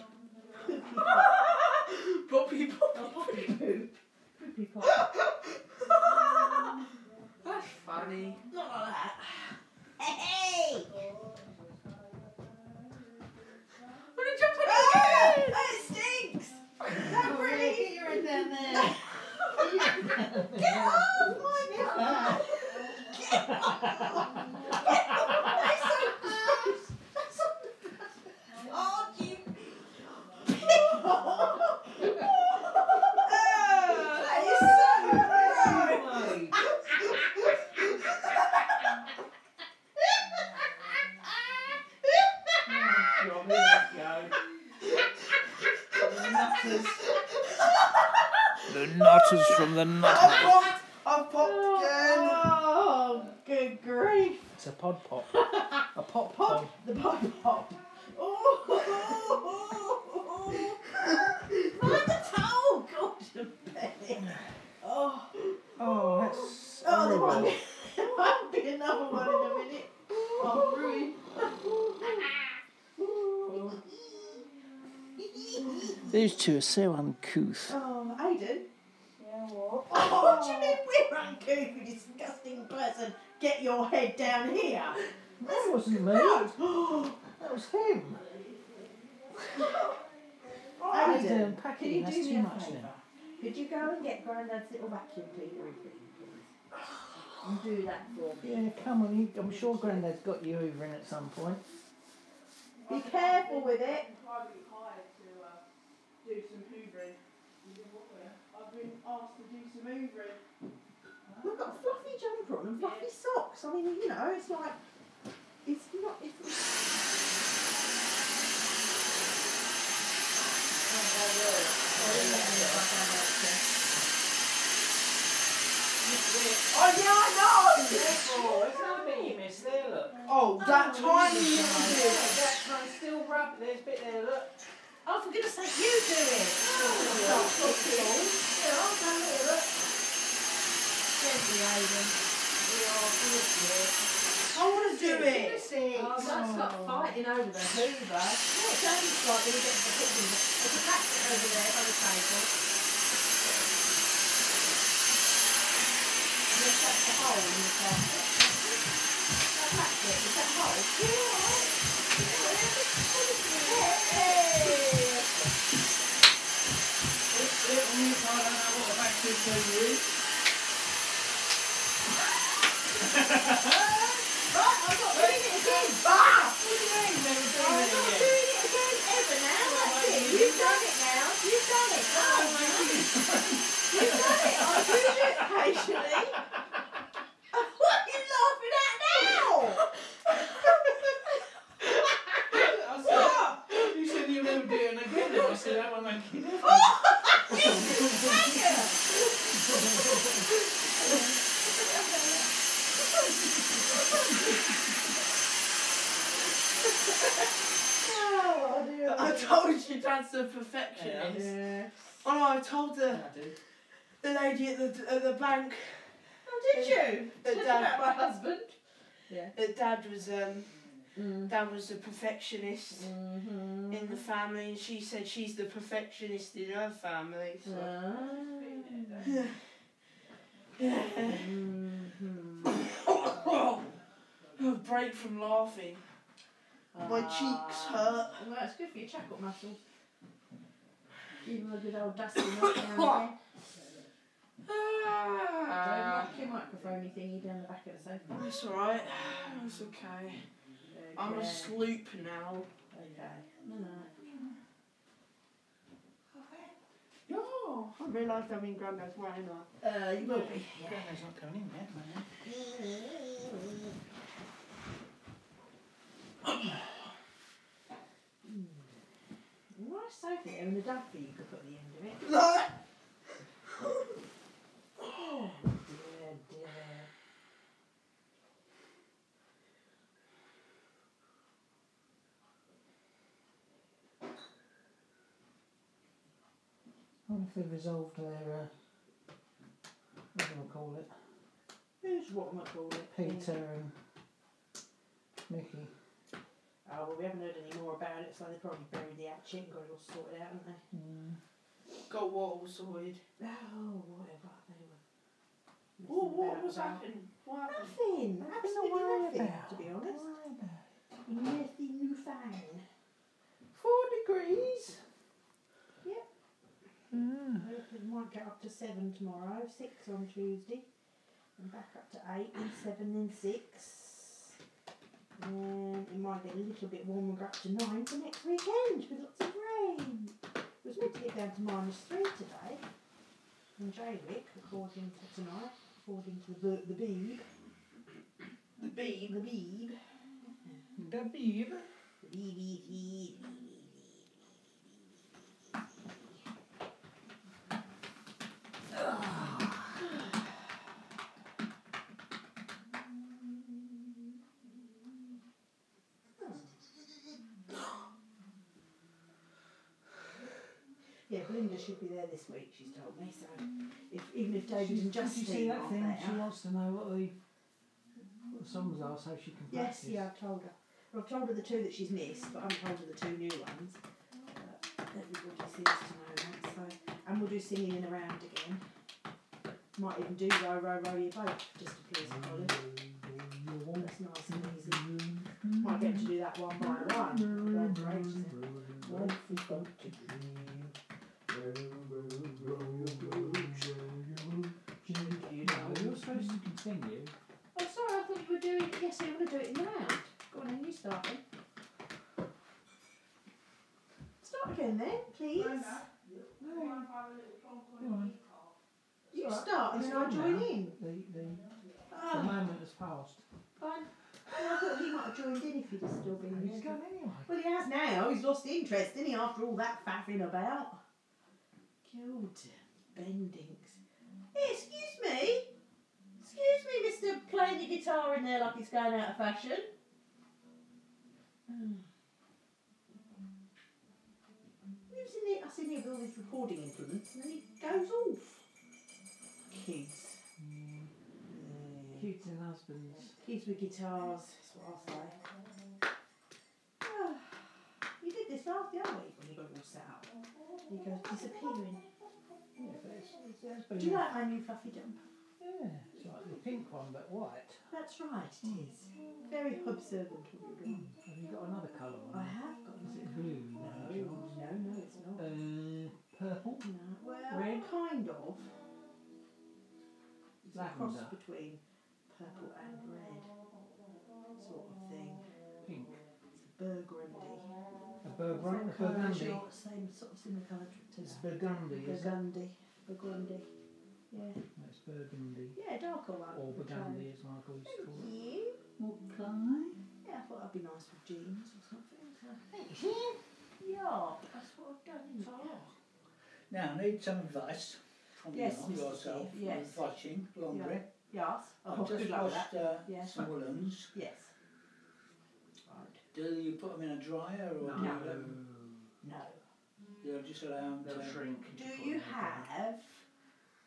Speaker 5: Poopy pop.
Speaker 1: [laughs] Poppy,
Speaker 5: Oh,
Speaker 1: poppy.
Speaker 5: poppy poop. [laughs] Poopy pop.
Speaker 1: That's funny.
Speaker 5: Not like that. Hey!
Speaker 1: What did you put
Speaker 5: Ah,
Speaker 1: it in?
Speaker 5: it stinks! Don't bring it here [laughs] and then there. Get off my god! Get off! That's so bad! That's so bad! [laughs] Oh, you... that is so gross!
Speaker 12: The nutters from the nutter.
Speaker 4: I've popped again.
Speaker 13: Oh, good grief.
Speaker 12: It's a pod
Speaker 1: [laughs]
Speaker 12: pop. A pop
Speaker 13: Pop,
Speaker 12: pop.
Speaker 13: the pop pop.
Speaker 5: Oh, Find the towel, God, Benny. Oh,
Speaker 4: Oh, that's
Speaker 5: oh, there
Speaker 4: horrible.
Speaker 5: [laughs] might be,
Speaker 13: There might be another one in a minute. Oh, Rui.
Speaker 4: These two are so uncouth.
Speaker 13: Oh, Aiden.
Speaker 5: Oh, what do you mean we're uncouth, you disgusting person? Get your head down here.
Speaker 4: That wasn't
Speaker 1: [laughs]
Speaker 4: me. That was him.
Speaker 5: Aiden,
Speaker 4: He's doing
Speaker 5: Can
Speaker 4: packing.
Speaker 5: you
Speaker 4: That's
Speaker 5: do me
Speaker 4: too
Speaker 5: a
Speaker 4: much
Speaker 5: favour?
Speaker 4: now.
Speaker 5: Could you go and get Grandad's little vacuum cleaner and clean, please? And do that for me.
Speaker 4: Yeah, come on. You, I'm sure Grandad's got you over in at some point.
Speaker 5: Be careful with it.
Speaker 14: privately hired to uh, do some hoovering. I've been asked to do some hoovering.
Speaker 5: We've got a fluffy jumper on and fluffy socks. I mean, you know, it's like, it's not. It's...
Speaker 14: Oh yeah, I know.
Speaker 15: Oh, it's another bit you missed there, look.
Speaker 14: Oh, that tiny little bit.
Speaker 15: That can still rub this bit there, look.
Speaker 5: Oh, for goodness sake, you do it.
Speaker 14: I want to do it.
Speaker 13: Oh, that's not fighting over the Hoover.
Speaker 2: uh,
Speaker 5: Ah!
Speaker 15: You said you never do it again, and I said that one making it.
Speaker 1: [laughs] I told you Dad's the perfectionist.
Speaker 13: Yes.
Speaker 1: Oh no, I told the the lady at the at the bank
Speaker 5: Did you?
Speaker 1: that
Speaker 5: What
Speaker 1: Dad,
Speaker 5: about my
Speaker 1: husband. That Dad was um Dad was the perfectionist
Speaker 13: Mm-hmm.
Speaker 1: in the family, and she said she's the perfectionist in her family. So. [coughs] A break from laughing. My cheeks hurt.
Speaker 13: Well, that's good for your chapel muscles. Give them a good old dusting [coughs] up now and again. Don't
Speaker 1: Ah,
Speaker 13: knock your microphone thingy down the back of the sofa.
Speaker 1: That's alright. That's okay. I'm
Speaker 13: Okay.
Speaker 1: asleep now.
Speaker 13: Okay. No, no.
Speaker 1: No, I realised I'm in Grandad's way now.
Speaker 13: Uh, you will be.
Speaker 4: Grandad's not coming in yet, man.
Speaker 5: [laughs]
Speaker 13: Nice sofa there and a duffy you could put at the end of it.
Speaker 5: Oh,
Speaker 4: wonder if they've resolved their, uh, what do I call it?
Speaker 5: Who's what am I call it?
Speaker 4: Peter and Mickey.
Speaker 5: Oh, well, we haven't heard any more about it, so they probably buried the hatchet and got it all sorted out, haven't they?
Speaker 4: Mm.
Speaker 6: Got what all sorted.
Speaker 5: Oh, whatever. They were.
Speaker 6: What,
Speaker 5: messing
Speaker 6: what
Speaker 5: about
Speaker 6: was
Speaker 5: about-
Speaker 6: happening? What happened?
Speaker 5: Nothing.
Speaker 4: Don't
Speaker 5: Absolutely
Speaker 4: worry
Speaker 5: nothing,
Speaker 4: about
Speaker 5: to be
Speaker 4: it, don't
Speaker 5: honest.
Speaker 4: worry about it.
Speaker 5: Nothing new fine.
Speaker 4: Four degrees. Mm.
Speaker 5: It might get up to seven tomorrow, six on Tuesday, and back up to eight, and seven, and six. And it might get a little bit warmer, go up to nine for next weekend with lots of rain. It was meant to get down to minus three today in Jaywick, according to tonight, according to the bu- the beeb,
Speaker 6: The bee.
Speaker 5: the beeb,
Speaker 4: Dabiba.
Speaker 5: the beeb, beeb, beeb. Yeah, Belinda should be there this week. She's told me so. If even if David and
Speaker 4: Did you see
Speaker 5: Justine
Speaker 4: that
Speaker 5: aren't
Speaker 4: thing?
Speaker 5: there,
Speaker 4: She wants to know what the, what the songs are so she can
Speaker 5: yes,
Speaker 4: practice.
Speaker 5: yeah, I've told her. Well, I've told her the two that she's missed, but I haven't told her the two new ones. But everybody seems to know that. So, and we'll do singing in a round again. Might even do row, row, row your boat just to please Colin. That's nice and easy. Might get to do that one by one. Going for ages then.
Speaker 7: You know, you're supposed to continue.
Speaker 5: Oh, sorry, I thought you were doing. Yes, I'm going to do it in the round. Go on, then, you start then. Start again then, please. You
Speaker 4: It's all right.
Speaker 5: start and
Speaker 4: It's
Speaker 5: then I'll
Speaker 4: on
Speaker 5: join
Speaker 4: now.
Speaker 5: in.
Speaker 4: The, the, the
Speaker 5: Oh,
Speaker 4: moment has passed.
Speaker 5: fine. Well, I thought he might have joined in if he'd have still been
Speaker 4: He's
Speaker 5: there.
Speaker 4: gone anyway.
Speaker 5: Well, he has now. He's lost interest, didn't he, after all that faffing about? Good. Bendings. Hey, excuse me. Excuse me, Mr. Playing the guitar in there like it's going out of fashion. Hmm. Who's in there? I seen here with all these recording implements and then he goes off. Kids.
Speaker 4: Hmm. Kids and husbands.
Speaker 5: Kids with guitars, that's what I say. [sighs] Ah, you did this last the other week when you got it all set up. You goes disappearing.
Speaker 4: Yeah, but it's, it's, it's
Speaker 5: Do you
Speaker 4: been,
Speaker 5: like my new fluffy jumper?
Speaker 4: yeah, it's like the pink one but white.
Speaker 5: That's right, it is. Very observant of you.
Speaker 4: Have you got another colour
Speaker 5: I
Speaker 4: on?
Speaker 5: have got
Speaker 4: Is
Speaker 5: this.
Speaker 4: it blue?
Speaker 5: Mm. No,
Speaker 4: No.
Speaker 5: no, no, it's not.
Speaker 4: Uh, purple?
Speaker 5: No, well,
Speaker 4: Red?
Speaker 5: kind of. It's a cross
Speaker 4: Lavender.
Speaker 5: between purple and red, sort of thing.
Speaker 4: Pink.
Speaker 5: It's a burgundy.
Speaker 4: A burgundy. A
Speaker 5: Same colour as
Speaker 4: burgundy.
Speaker 5: your- Same sort of similar colour to
Speaker 4: It's burgundy, is it?
Speaker 5: Burgundy. Burgundy. Yeah.
Speaker 4: No, It's burgundy.
Speaker 5: Yeah, darker one.
Speaker 4: Or
Speaker 5: Which
Speaker 4: burgundy, as Michael used to
Speaker 5: I-
Speaker 4: call it.
Speaker 5: Thank you.
Speaker 7: Okay.
Speaker 5: Yeah, I thought that'd be nice with jeans or something. So. yeah, that's what I've done. In oh.
Speaker 7: Now, I need some advice from
Speaker 5: Yes,
Speaker 7: you
Speaker 5: Mr.
Speaker 7: yourself.
Speaker 5: Steve, yes.
Speaker 7: with Washing, laundry.
Speaker 5: Yes. Oh,
Speaker 7: I've just
Speaker 5: good luck with
Speaker 7: washed
Speaker 5: that.
Speaker 7: uh,
Speaker 5: Yeah.
Speaker 7: some woolens.
Speaker 5: Yes. Right.
Speaker 7: Do you put them in a dryer or do you,
Speaker 5: No.
Speaker 7: let 'em-
Speaker 5: No.
Speaker 7: you just allow them to shrink?
Speaker 5: Do you have,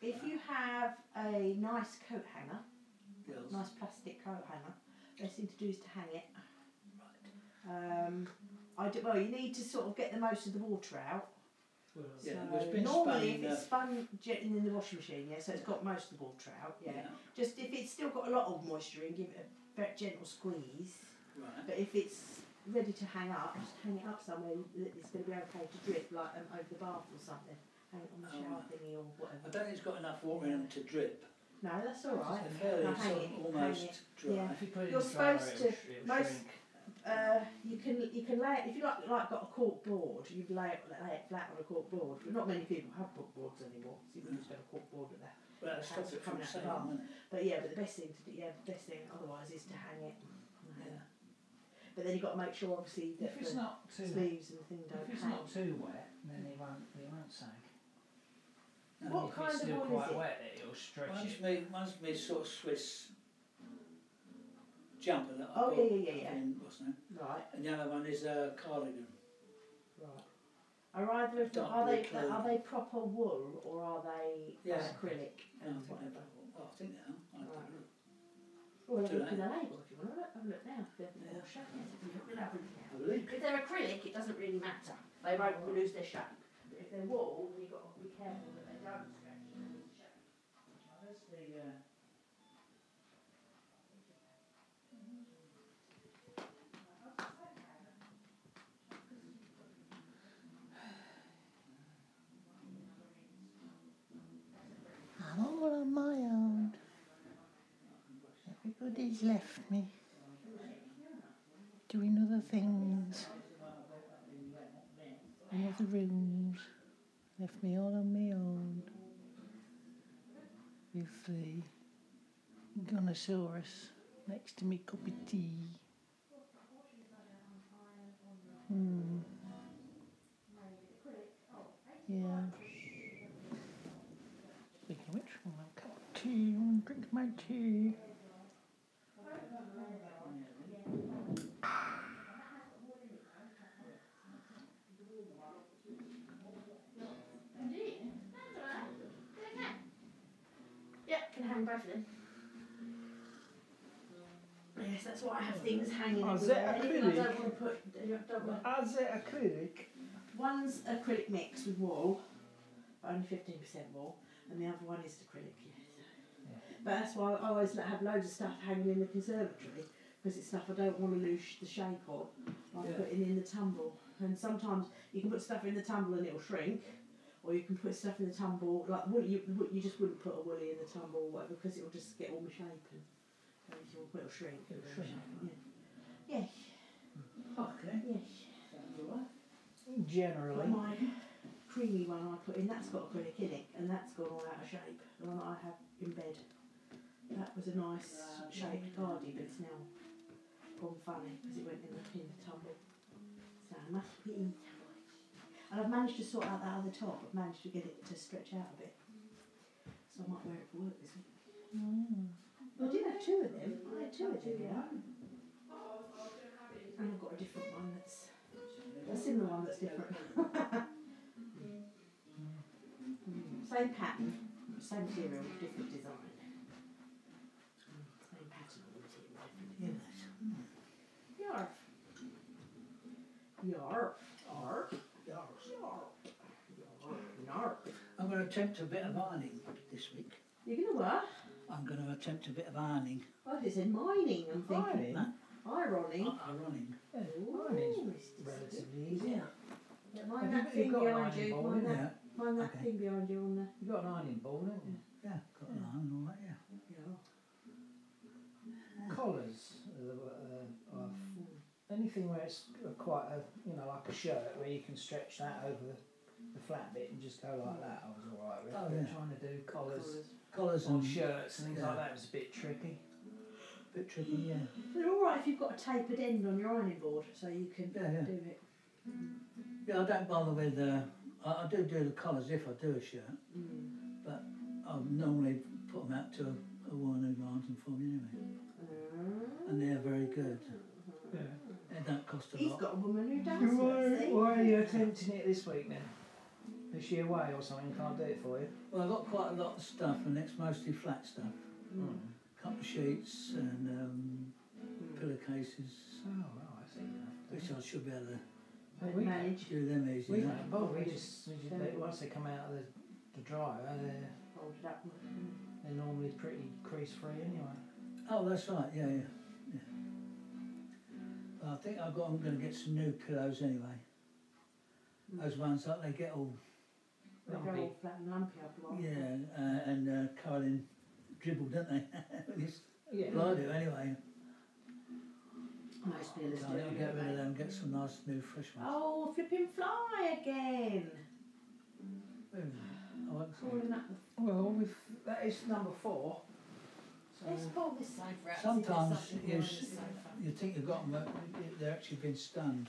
Speaker 5: if you have a nice coat hanger, nice plastic coat hanger, best thing to do is to hang it. Um, I do, well, you need to sort of get the most of the water out.
Speaker 7: Yeah,
Speaker 5: So
Speaker 7: there's been
Speaker 5: normally,
Speaker 7: spun,
Speaker 5: if
Speaker 7: uh,
Speaker 5: it's spun jet in the washing machine, yeah, so it's got most of the water out. Yeah. Just if it's still got a lot of moisture in, give it a very gentle squeeze.
Speaker 7: Right.
Speaker 5: But if it's ready to hang up, just hang it up somewhere that it's going to be okay to drip, like um, over the bath or something. Hang it on the
Speaker 7: Oh,
Speaker 5: shower
Speaker 7: right.
Speaker 5: thingy or
Speaker 7: I
Speaker 5: whatever.
Speaker 7: don't think it's got enough water in them to drip.
Speaker 5: No, that's all right.
Speaker 7: They're fairly
Speaker 5: Now hang
Speaker 7: sort
Speaker 5: it,
Speaker 7: of
Speaker 5: hang
Speaker 7: almost
Speaker 5: it.
Speaker 7: dry.
Speaker 5: Yeah.
Speaker 4: If you put it
Speaker 5: You're
Speaker 4: in the dryer,
Speaker 5: supposed
Speaker 4: it'll
Speaker 5: to-
Speaker 4: sh- it'll
Speaker 5: most-
Speaker 4: shrink.
Speaker 5: Uh, you can you can lay it if you like like got a cork board. You lay it lay it flat on a cork board. But not many people have cork boards anymore. So you can just go cork board with that.
Speaker 7: Well, that stops it from
Speaker 5: Coming out the
Speaker 7: saying,
Speaker 5: bath.
Speaker 7: won't it?
Speaker 5: But yeah, but the best thing to do, yeah, the best thing otherwise is to hang it.
Speaker 7: Yeah.
Speaker 5: But then you've got to make sure, obviously, that
Speaker 4: Mm, If it's
Speaker 5: the
Speaker 4: not too, if
Speaker 5: sleeves and thing don't
Speaker 4: it's
Speaker 5: hang.
Speaker 4: not too wet, then it won't, it won't sag.
Speaker 7: No,
Speaker 5: What
Speaker 4: if
Speaker 5: kind
Speaker 4: it's
Speaker 5: of
Speaker 4: still
Speaker 5: wool is
Speaker 4: quite
Speaker 5: it?
Speaker 4: wet, it'll stretch it.
Speaker 7: One's me, one's me sort of Swiss jumper that I
Speaker 5: Oh,
Speaker 7: bought
Speaker 5: yeah, yeah, yeah,
Speaker 7: in, what's the name?
Speaker 2: uh,
Speaker 5: Right,
Speaker 7: And the other one is a cardigan.
Speaker 5: right. Are either of them,
Speaker 2: Dark
Speaker 5: are
Speaker 2: blue
Speaker 5: they
Speaker 2: clover.
Speaker 5: are they proper wool or are they
Speaker 2: Yes.
Speaker 5: acrylic
Speaker 2: Yeah, I
Speaker 5: and
Speaker 2: think
Speaker 5: whatever?
Speaker 2: they're- Oh, I think now. I don't
Speaker 5: Right.
Speaker 2: know.
Speaker 5: Well,
Speaker 2: Do
Speaker 5: look
Speaker 2: they?
Speaker 5: at the label if you want to look. Have a look now. They're
Speaker 2: Yeah.
Speaker 5: more shiny. We'll have a look
Speaker 2: I
Speaker 5: now.
Speaker 2: believe.
Speaker 5: If they're acrylic, it doesn't really matter. They won't lose their shape. But if they're wool, you've got to be careful that they don't stretch and lose shape.
Speaker 2: That's the, uh,
Speaker 16: I'm all on my own. Everybody's left me. Doing other things. In other rooms. Left me all on my own. With the Gonosaurus next to me cup of tea. Hmm. Yeah. Speaking of which, I'll have a cup of tea and drink my tea.
Speaker 5: Yeah, can hang both of them. Yes, that's why I have things hanging
Speaker 4: Oh, is
Speaker 5: everywhere.
Speaker 4: it
Speaker 5: Anything I
Speaker 4: acrylic?
Speaker 5: don't want to put. I don't want-
Speaker 4: As it acrylic,
Speaker 5: One's acrylic mix with wool, but only fifteen percent wool, and the other one is acrylic. Yes. But that's why I always like, have loads of stuff hanging in the conservatory because it's stuff I don't want to lose sh- the shape of. Like
Speaker 4: Yeah.
Speaker 5: putting in the tumble, and sometimes you can put stuff in the tumble and it'll shrink, or you can put stuff in the tumble like wool- you wool- you just wouldn't put a woolly in the tumble or whatever because it'll just get all misshapen. And it'll, it'll shrink.
Speaker 2: It'll shrink.
Speaker 5: Yeah.
Speaker 2: Okay.
Speaker 5: Yeah. yeah.
Speaker 2: Sounds all right.
Speaker 4: generally,
Speaker 5: But my creamy one I put in, that's got acrylic in it, and that's gone all out of shape. The one that I have in bed. That was a nice shaped cardi, but it's now gone funny because it went in the, in the tumble. So I must put it in the tumble. And I've managed to sort out that other top, I've managed to get it to stretch out a bit. So I might wear it for work this week. Mm. I did have two of them. I had two of them, yeah. And I've got a different one that's a similar one that's different. same pattern, same material, different design. Same pattern, material, different design. Yarf. Yarf. Yarf. Yarf. Yarf.
Speaker 2: I'm going to attempt a bit of ironing this week.
Speaker 5: You're gonna what?
Speaker 2: I'm going to attempt a bit of ironing.
Speaker 5: Oh, they said mining, I'm thinking.
Speaker 4: ironing,
Speaker 5: Irony.
Speaker 2: Uh, ironing.
Speaker 4: ironing's relatively easy.
Speaker 5: Yeah. Yeah, Mind
Speaker 4: Have
Speaker 5: that
Speaker 4: you-
Speaker 5: thing
Speaker 4: you've got an
Speaker 5: behind
Speaker 4: ironing
Speaker 5: you,
Speaker 4: board,
Speaker 5: mind
Speaker 4: haven't you?
Speaker 5: that, mind that
Speaker 2: Okay.
Speaker 5: thing behind you on the.
Speaker 4: You've got an ironing board, haven't you?
Speaker 2: Yeah, got an iron and all that, yeah.
Speaker 4: Collars, uh, uh, of anything where it's quite a, you know, like a shirt where you can stretch that over the flat bit and just go like that. I was all right with.
Speaker 2: Oh,
Speaker 4: But
Speaker 2: yeah.
Speaker 4: Hmm. Trying to do collars
Speaker 2: Collars
Speaker 4: on
Speaker 5: Oh,
Speaker 2: and
Speaker 4: shirts and things
Speaker 2: Yeah.
Speaker 4: like that was a bit tricky.
Speaker 2: bit tricky, yeah.
Speaker 5: They're all right if you've got a tapered end on your ironing board, so you can
Speaker 2: Yeah, yeah.
Speaker 5: do it.
Speaker 2: Yeah, I don't bother with. Uh, I, I do do the collars if I do a shirt,
Speaker 5: Mm.
Speaker 2: but I normally put them out to a, a woman who irons them for me anyway, and they're very good.
Speaker 4: Yeah.
Speaker 2: They don't cost a
Speaker 5: He's
Speaker 2: lot.
Speaker 5: got a woman who does.
Speaker 4: Why,
Speaker 5: it, see?
Speaker 4: why are you attempting it this week then? Is she away or something? Can't do it for you.
Speaker 2: Well, I've got quite a lot of stuff, and it's mostly flat stuff.
Speaker 4: Mm.
Speaker 2: Couple of sheets and um, pillowcases,
Speaker 4: Oh, well, I see.
Speaker 2: which I should be able to
Speaker 4: Well,
Speaker 5: I'd
Speaker 4: we
Speaker 5: manage.
Speaker 2: do them easy.
Speaker 4: We
Speaker 2: yeah.
Speaker 4: don't bother. We just, we just they, once they come out of the, the dryer, they're,
Speaker 5: Hold it up.
Speaker 4: they're normally pretty crease free anyway.
Speaker 2: Oh, that's right. Yeah, yeah. yeah. Well, I think I've got. I'm going to get some new pillows anyway. Those ones that they get all
Speaker 5: They go all flat and lumpy up a lot.
Speaker 2: Yeah, uh, and uh, Carolyn dribbled, didn't they? [laughs] At least
Speaker 4: Yeah.
Speaker 2: well, I do anyway.
Speaker 5: Most dealers do.
Speaker 2: So I'll get
Speaker 5: don't
Speaker 2: rid of
Speaker 5: they?
Speaker 2: them, get some nice new fresh ones.
Speaker 5: Oh, flipping fly again.
Speaker 2: Mm, I won't say.
Speaker 5: Calling up the
Speaker 4: Well, we've, that is number four. So
Speaker 5: Let's pull this sofa out. see if there's
Speaker 2: Sometimes
Speaker 5: something
Speaker 2: you,
Speaker 5: behind
Speaker 2: s-
Speaker 5: the sofa.
Speaker 2: you think you've got them, but they're actually been stunned.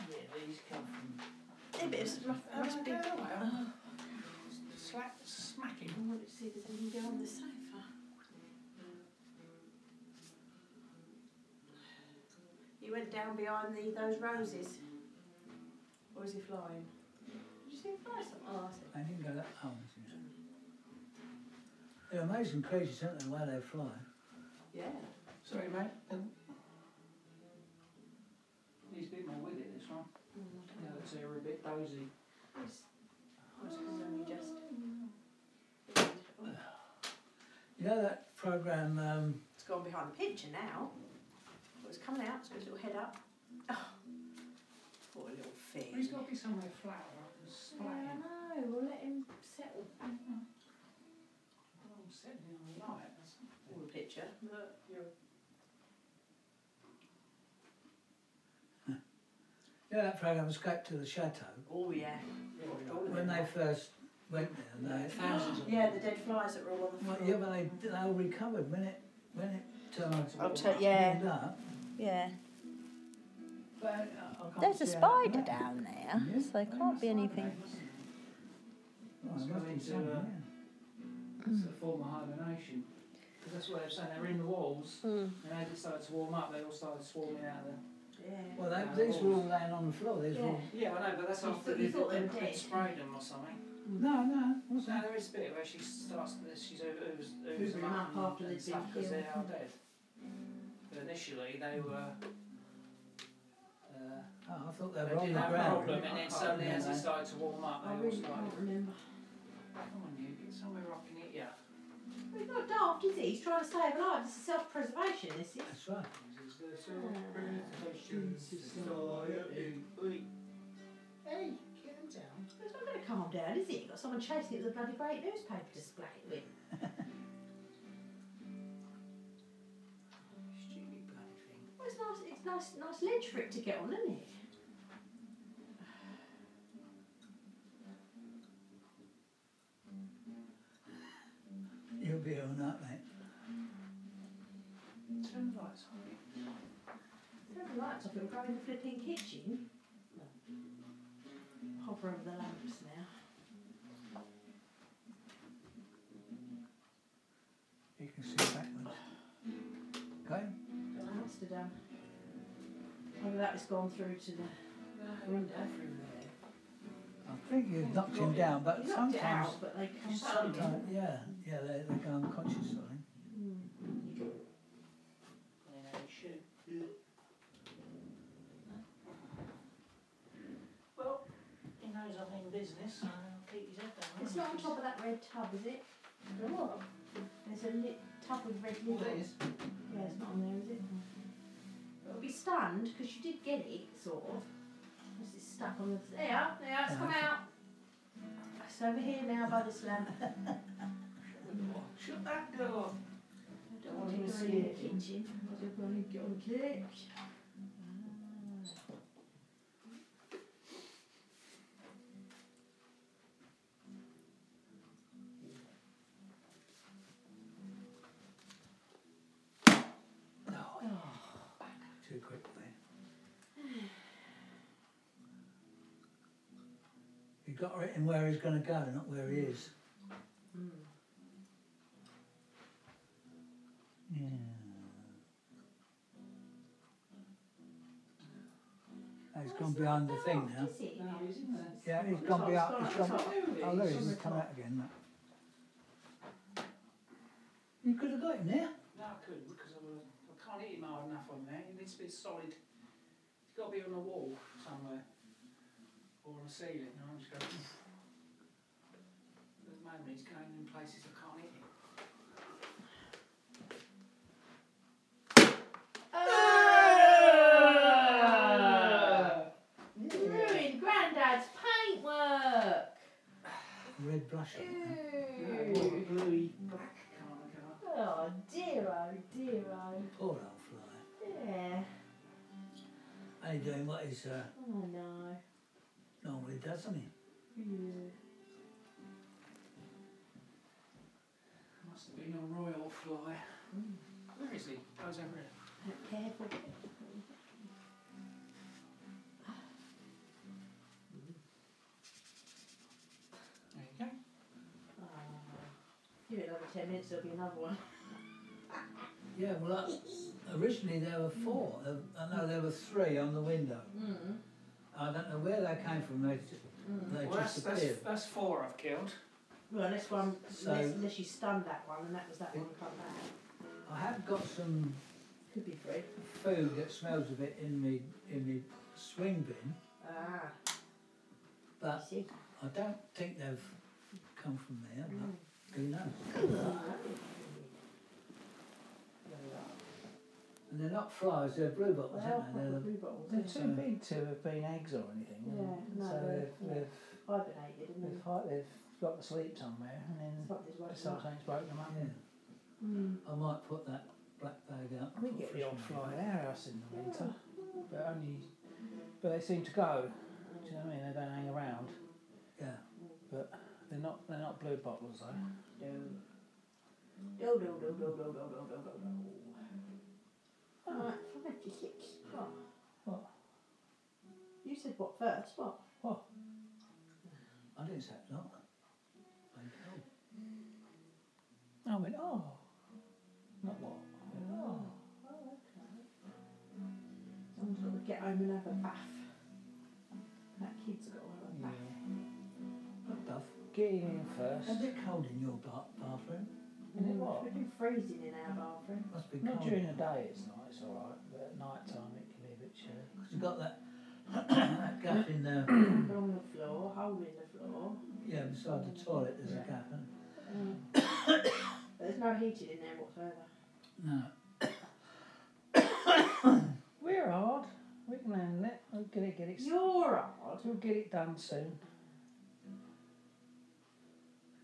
Speaker 4: yeah, these come
Speaker 1: A
Speaker 4: from.
Speaker 1: bit of rough. That's big.
Speaker 17: Slap, smacking.
Speaker 1: I want to see if there's anything on the sofa. You went down behind the, those roses. Or is he flying? you buy something?
Speaker 18: Oh, I see.
Speaker 2: I didn't go that hard, you know. They're amazing creatures, aren't they, why they fly?
Speaker 18: Yeah.
Speaker 4: Sorry, mate. Um, needs to be more with it, this one.
Speaker 1: Mm.
Speaker 4: Now it's a bit dozy.
Speaker 2: You know that program, um,
Speaker 1: It's gone behind the picture now. Well, it's coming out, it's got its little head up. Oh, poor little
Speaker 4: He's
Speaker 1: thing.
Speaker 4: got to be somewhere flat, right? and
Speaker 5: Yeah,
Speaker 4: splat
Speaker 5: I
Speaker 4: him.
Speaker 5: know. We'll let him settle.
Speaker 4: Oh, I'm sitting in the light. That's
Speaker 1: All the picture.
Speaker 18: Look, you're-
Speaker 2: you know that program Escape to the Chateau?
Speaker 1: Oh, yeah. All of
Speaker 2: When
Speaker 1: it.
Speaker 2: they first went there, they,
Speaker 4: [gasps]
Speaker 5: [gasps]
Speaker 4: Thousands
Speaker 2: [gasps]
Speaker 4: of
Speaker 1: Yeah, the dead flies that were all on the
Speaker 2: well,
Speaker 1: floor.
Speaker 2: yeah, but they, they all recovered when it, when it turned
Speaker 1: I'll
Speaker 2: up.
Speaker 1: tell- yeah. Yeah.
Speaker 4: uh,
Speaker 2: But I, I can't
Speaker 12: There's a
Speaker 2: see how it
Speaker 12: spider
Speaker 2: went.
Speaker 12: down there, so there can't be anything.
Speaker 2: Oh, it must be
Speaker 4: It's
Speaker 2: something,
Speaker 4: going to, uh,
Speaker 2: yeah.
Speaker 4: It's a form of hibernation. Because that's what they're saying. They were in the walls,
Speaker 12: Hmm.
Speaker 4: and they decided to warm up. They all started swarming out of there.
Speaker 1: Yeah.
Speaker 2: Well, they, these were all laying on the floor. These were all,
Speaker 4: uh, Yeah, I know, but that's
Speaker 1: You
Speaker 4: after
Speaker 1: thought- you
Speaker 4: they,
Speaker 1: thought they
Speaker 4: they,
Speaker 1: were
Speaker 4: they
Speaker 1: dead.
Speaker 4: sprayed them or something.
Speaker 2: no, no, what's
Speaker 4: No,
Speaker 2: that?
Speaker 4: there is a bit where she starts. She's ooze,
Speaker 5: Hoovering
Speaker 4: ooze them
Speaker 5: them
Speaker 4: up
Speaker 5: up after
Speaker 4: and, and
Speaker 5: they've
Speaker 4: stuff
Speaker 5: been
Speaker 4: because they are
Speaker 5: killed.
Speaker 4: dead. But initially they were. Uh,
Speaker 2: Oh, I thought they were
Speaker 4: they
Speaker 2: on
Speaker 4: did
Speaker 2: the
Speaker 4: have a
Speaker 2: ground.
Speaker 4: problem, and then suddenly as it started to warm up,
Speaker 5: I
Speaker 4: they all
Speaker 5: really
Speaker 4: started.
Speaker 5: can't remember.
Speaker 4: Come on, you get somewhere I can hit you.
Speaker 5: He's not daft, is he? He's trying to save alive. This is self-preservation. This is.
Speaker 2: That's right.
Speaker 5: Oh,
Speaker 1: Hey, calm down.
Speaker 5: He's not going to calm down, is he? You've got someone chasing it with a bloody great newspaper to splat it with.
Speaker 1: [laughs]
Speaker 4: Stupid bloody thing.
Speaker 5: Well, it's nice. It's nice, nice ledge for it to get on, isn't it?
Speaker 2: You'll be all night, mate.
Speaker 4: Turn the lights on.
Speaker 5: Turn the lights off. It'll go in the flipping kitchen. Hover over the lamps now.
Speaker 2: You can see backwards. Okay?
Speaker 5: Got the mustard done. Maybe that has gone through to the window.
Speaker 2: I think you've knocked him down, but
Speaker 5: You knocked it
Speaker 2: sometimes,
Speaker 5: out, but they come back.
Speaker 2: sometimes, yeah, yeah, they, they go unconscious, I think.
Speaker 5: Hmm.
Speaker 4: Yeah, you should. Well, he knows I'm in business, so I'll keep his head down.
Speaker 5: It's not on top of that red tub, is it? There's a lit tub with red lid.
Speaker 4: Well,
Speaker 5: on.
Speaker 4: that is.
Speaker 5: Yeah, it's not on there, is it? I'll be stunned because you did get it, sort of. Because it's stuck on the. There, there, it's come out. It's over here now by this [laughs] lamp.
Speaker 4: Shut that door.
Speaker 5: I don't want him to see it. Kitchen. I don't want him to get on the couch.
Speaker 2: Too quickly. You've got written where he's going to go, not where he is. Mm. Yeah. Oh, He's gone behind the thing now.
Speaker 5: Is it?
Speaker 4: No, he's in there.
Speaker 2: Yeah, he's
Speaker 4: It's
Speaker 2: gone
Speaker 4: not-
Speaker 2: behind.
Speaker 4: it's
Speaker 2: He's
Speaker 4: not-
Speaker 2: gone.
Speaker 4: it's not
Speaker 2: Oh,
Speaker 4: moving.
Speaker 2: there he is. He's come out again. Look. You could have got him there.
Speaker 4: No, I couldn't because I, was, I can't hit him hard enough on there. It needs to be solid. It's got to be on a wall somewhere or on a ceiling. And I'm just going. At the moment, he's going in places I can't hit him.
Speaker 5: Oh. Ruined Grandad's paintwork.
Speaker 2: Red blush.
Speaker 5: Ooh.
Speaker 4: bluey black kind of colour.
Speaker 5: Oh dear, oh dear, oh
Speaker 2: Poor old fly.
Speaker 5: dear.
Speaker 2: Only doing what he's uh,
Speaker 5: Oh no.
Speaker 2: normally does, isn't he?
Speaker 5: Yeah.
Speaker 4: Must have been a royal fly. Where is he? Oh, he's over here.
Speaker 5: Careful.
Speaker 4: There you go.
Speaker 5: Oh. Give it another ten minutes, there'll be another one.
Speaker 2: Yeah, well, that's, originally there were uh, four. Uh, I know there were three on the window.
Speaker 5: Mm.
Speaker 2: I don't know where they came from. They, They
Speaker 1: Well, that's,
Speaker 2: just
Speaker 1: that's,
Speaker 2: appeared.
Speaker 1: that's four I've killed.
Speaker 5: Well, unless one,
Speaker 2: So-
Speaker 5: unless, unless you stunned that one, and that was that one come back.
Speaker 2: I have got some
Speaker 5: Could be free.
Speaker 2: food that smells a bit in me in the swing bin,
Speaker 5: Ah, you
Speaker 2: but
Speaker 5: see.
Speaker 2: I don't think they've come from there.
Speaker 5: Mm.
Speaker 2: But who knows? And they're not flies; they're blue bottles,
Speaker 5: Well,
Speaker 2: aren't they? They're
Speaker 5: proper
Speaker 2: the,
Speaker 5: blue bottles.
Speaker 4: They're
Speaker 5: yeah.
Speaker 4: too big to have been eggs or anything.
Speaker 5: Yeah, no,
Speaker 4: so
Speaker 5: they're-
Speaker 4: they've,
Speaker 5: yeah.
Speaker 4: they've,
Speaker 5: Hibernated, and
Speaker 4: they've,
Speaker 5: then
Speaker 4: hi- they've got the sleep somewhere and then
Speaker 5: something's woken up.
Speaker 4: sometimes broken them up.
Speaker 2: yeah.
Speaker 5: Mm.
Speaker 2: I might put that black bag out.
Speaker 4: We
Speaker 2: for
Speaker 4: get the odd
Speaker 2: fishing.
Speaker 4: fly at our house in the winter, but only, but they seem to go.
Speaker 5: Mm.
Speaker 4: Do you know what I mean? They don't hang around.
Speaker 2: Yeah.
Speaker 4: But they're not they're not blue bottles though.
Speaker 5: No. No, no, no, no, no, no, no, no, no, no. Ah, fifty-six. What?
Speaker 4: What?
Speaker 5: You said what first? What?
Speaker 2: I didn't say that. Thank you.
Speaker 4: I went oh, not what? I went, oh.
Speaker 5: Someone's got to get home and have a bath. That kid's got to have a bath.
Speaker 2: What buff?
Speaker 4: Get in first.
Speaker 2: Is it cold in your ba- bathroom?
Speaker 4: And then
Speaker 5: Mm,
Speaker 4: what?
Speaker 5: It's been freezing in our
Speaker 2: [coughs]
Speaker 5: bathroom.
Speaker 2: Must be cold.
Speaker 4: Not during the day, it's not. It's all right, but at night time it can be a bit chilly.
Speaker 2: Cause you got that [clears throat] that gap in there. [clears throat]
Speaker 5: Put on the floor, hole in the floor.
Speaker 2: Yeah, beside the toilet there's a gap. And,
Speaker 5: Mm. There's no heating in there whatsoever.
Speaker 2: no.
Speaker 4: We're hard. We can handle it. We'll get it. Get it.
Speaker 5: You're odd.
Speaker 4: We'll get it done soon.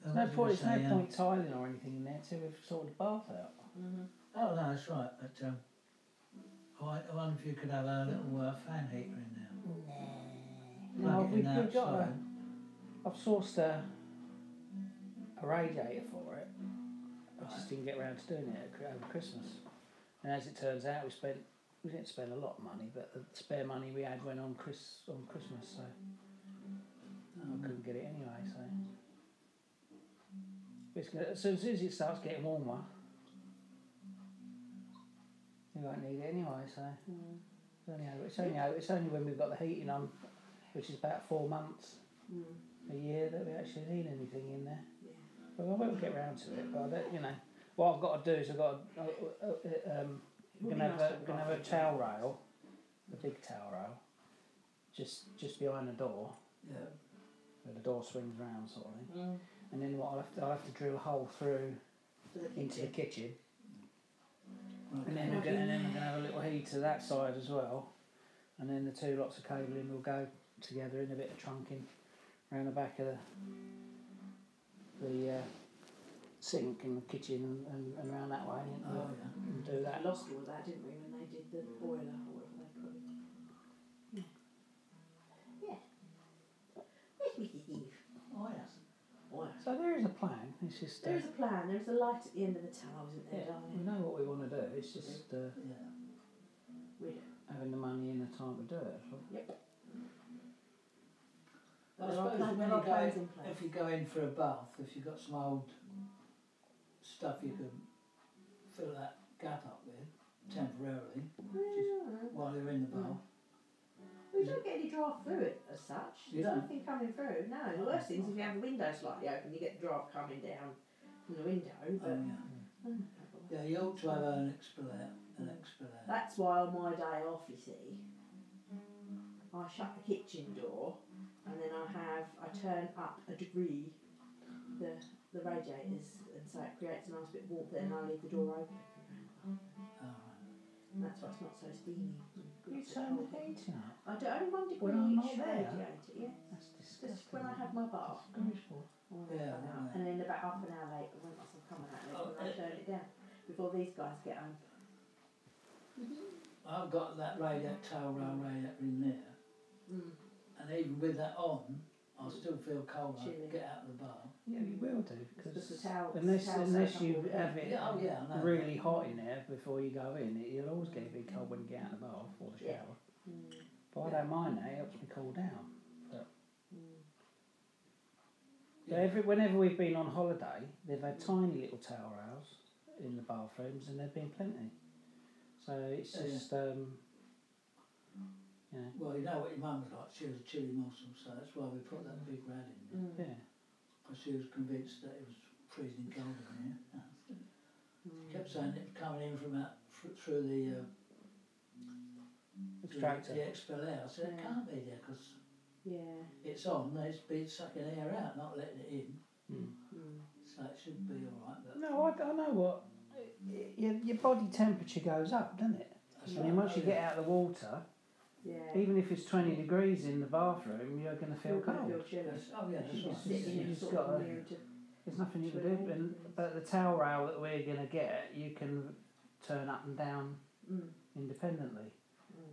Speaker 2: I
Speaker 4: There's no
Speaker 2: was
Speaker 4: point.
Speaker 2: gonna
Speaker 4: There's
Speaker 2: say,
Speaker 4: no
Speaker 2: um,
Speaker 4: point tiling or anything in there till we've sorted the bath out.
Speaker 5: Mm-hmm.
Speaker 2: Oh no, that's right. But um, I won- I wonder if you could have a little uh, fan heater in there.
Speaker 4: No,
Speaker 2: Plug it
Speaker 4: we,
Speaker 2: in
Speaker 4: we've got a.
Speaker 2: outside.
Speaker 4: I've sourced a, a radiator for it. I just didn't get around to doing it at Chri- over Christmas. And as it turns out, we spent we didn't spend a lot of money, but the spare money we had went on Chris on Christmas, so I couldn't get it anyway. So But it's gonna, so as soon as it starts getting warmer, we won't need it anyway. So
Speaker 5: Mm-hmm.
Speaker 4: it's only over, it's only over, it's only when we've got the heating on, which is about four months
Speaker 5: Mm.
Speaker 4: a year that we actually need anything in there.
Speaker 5: Yeah.
Speaker 4: But I won't get round to it. But I don't, you know, what I've got to do is I've got to, uh, uh, uh, um, we're
Speaker 5: Would
Speaker 4: gonna
Speaker 5: be
Speaker 4: have a,
Speaker 5: nice to have
Speaker 4: we're gonna
Speaker 5: got
Speaker 4: have a
Speaker 5: it.
Speaker 4: towel rail, a big towel rail, just just behind the door.
Speaker 2: Yeah.
Speaker 4: Where the door swings round sort of thing.
Speaker 5: Mm.
Speaker 4: And then what I'll have to, I'll have to drill a hole through
Speaker 5: For the
Speaker 4: into the
Speaker 5: kitchen.
Speaker 4: kitchen.
Speaker 2: Right.
Speaker 4: And then
Speaker 5: Okay.
Speaker 4: we're gonna, and then we're gonna have a little heater that side as well. And then the two lots of cabling will go together in a bit of trunking around the back of the, the uh, sink and the kitchen and, and around that way and,
Speaker 2: Oh yeah.
Speaker 4: and do that.
Speaker 5: We lost all that, didn't we, when they did the
Speaker 2: Mm.
Speaker 5: boiler or whatever they call it? Yeah.
Speaker 2: [laughs]
Speaker 5: Yeah.
Speaker 2: Oh yes.
Speaker 5: Wow.
Speaker 4: So there is a plan. It's just uh,
Speaker 5: There is a plan. There is a light at the end of the tunnel, isn't there,
Speaker 4: yeah, we
Speaker 5: darling?
Speaker 4: know what we want to do. It's just uh,
Speaker 2: Yeah.
Speaker 5: We
Speaker 4: having the money and the time to do it. I thought.
Speaker 2: Well,
Speaker 5: There are
Speaker 2: I suppose when
Speaker 5: plans- there
Speaker 2: you
Speaker 5: are
Speaker 2: go
Speaker 5: plans in
Speaker 2: in,
Speaker 5: place.
Speaker 2: if you go in for a bath, if you've got some old stuff you can fill that gap up with temporarily
Speaker 5: Mm.
Speaker 2: while you're in the bath.
Speaker 5: We don't get any draft through it as such.
Speaker 2: You
Speaker 5: There's
Speaker 2: don't?
Speaker 5: nothing coming through. No, the worst thing is if you have the window slightly open, you get draft coming down from the window. But
Speaker 2: Oh yeah. Yeah, you ought to have an exfoliator. An exfoliator.
Speaker 5: That's why on my day off, you see, I shut the kitchen door and then I have I turn up a degree the the radiators and so it creates a nice bit of warmth. Then I leave the door open.
Speaker 2: Oh, right.
Speaker 5: And that's why it's not so steamy.
Speaker 4: You turn the heating up.
Speaker 5: I do only one degree
Speaker 4: When I'm not
Speaker 5: each
Speaker 4: there.
Speaker 5: radiator. Yeah,
Speaker 4: That's disgusting. Oh,
Speaker 5: just when I have my bath.
Speaker 4: Disgraceful.
Speaker 5: I'll
Speaker 2: Yeah,
Speaker 5: turn it up.
Speaker 2: right.
Speaker 5: And then about half an hour later, when once I've come out,
Speaker 2: Oh,
Speaker 5: then I
Speaker 2: eh.
Speaker 5: turn it down before these guys get home.
Speaker 2: I've got that radiator, towel rail radiator in there.
Speaker 5: Mm.
Speaker 2: And even with that on, I still feel cold. when
Speaker 5: Chilly.
Speaker 2: I get out of the bath.
Speaker 4: Yeah, you will do
Speaker 5: Because the
Speaker 4: because
Speaker 5: towel-
Speaker 4: unless
Speaker 5: towel's
Speaker 4: unless
Speaker 5: soaked up all
Speaker 4: you
Speaker 5: day.
Speaker 4: have it
Speaker 2: Yeah, oh yeah, I know.
Speaker 4: really hot in there before you go in, it, you'll always get a bit cold when you get out of the bath or the shower.
Speaker 5: Yeah. Mm.
Speaker 4: But I don't mind that; it helps me cool down.
Speaker 5: Mm.
Speaker 4: So every whenever we've been on holiday, they've had tiny little towel rails in the bathrooms, and there've been plenty. So it's
Speaker 2: Oh, yeah.
Speaker 4: just um,
Speaker 2: Yeah. Well, you know what your mum was like. She was a chili muscle, so that's why we put that big rad in.
Speaker 4: Mm. Yeah.
Speaker 2: Because she was convinced that it was freezing cold in here. She
Speaker 5: Mm.
Speaker 2: kept saying it was coming in from out fr- through the. Uh, the-
Speaker 4: Extractor.
Speaker 2: The expel air. I said, it
Speaker 5: Yeah.
Speaker 2: can't be there because
Speaker 5: Yeah.
Speaker 2: it's on. It's been sucking air out, not letting it in.
Speaker 5: Mm.
Speaker 2: So it should be all right. But
Speaker 4: Mm. No, I, I know what. y- Your, your body temperature goes up, doesn't it?
Speaker 2: That's
Speaker 4: I mean,
Speaker 2: right.
Speaker 4: once you get out of the water,
Speaker 5: Yeah.
Speaker 4: even if it's 20 degrees in the bathroom, you're going to feel
Speaker 5: You're gonna
Speaker 4: cold.
Speaker 5: feel chilly.
Speaker 2: oh yeah, that's right.
Speaker 4: It's-
Speaker 5: Sitting in
Speaker 4: you
Speaker 5: a
Speaker 4: just
Speaker 5: sort of
Speaker 4: gotta-
Speaker 5: weird
Speaker 4: There's nothing you can do. And, but the towel rail that we're going to get, you can turn up and down
Speaker 5: Mm.
Speaker 4: independently.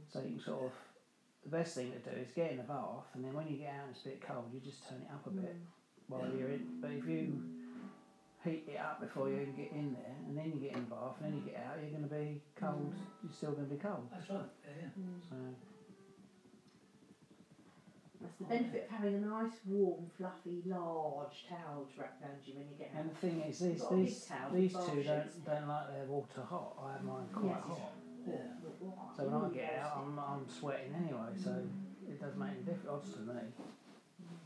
Speaker 4: So you can sort of. The best thing to do is get in the bath, and then when you get out and it's a bit cold, you just turn it up a bit while you're in. But if you heat it up before you even get in there, and then you get in the bath, and then you get out, you're going to be cold.
Speaker 5: Mm.
Speaker 4: You're still going to be cold.
Speaker 2: That's right. Yeah, yeah.
Speaker 4: So
Speaker 5: That's the benefit of having a nice, warm, fluffy, large towel to wrap around you when you get out.
Speaker 4: and the thing is, these
Speaker 5: Got a big
Speaker 4: these
Speaker 5: towel with
Speaker 4: these
Speaker 5: bath
Speaker 4: two
Speaker 5: sheets.
Speaker 4: don't don't like their water hot. I have mine quite
Speaker 5: Yes.
Speaker 4: hot,
Speaker 2: Yeah.
Speaker 4: so when I get out, I'm I'm sweating anyway. So it does make a difference odds to me.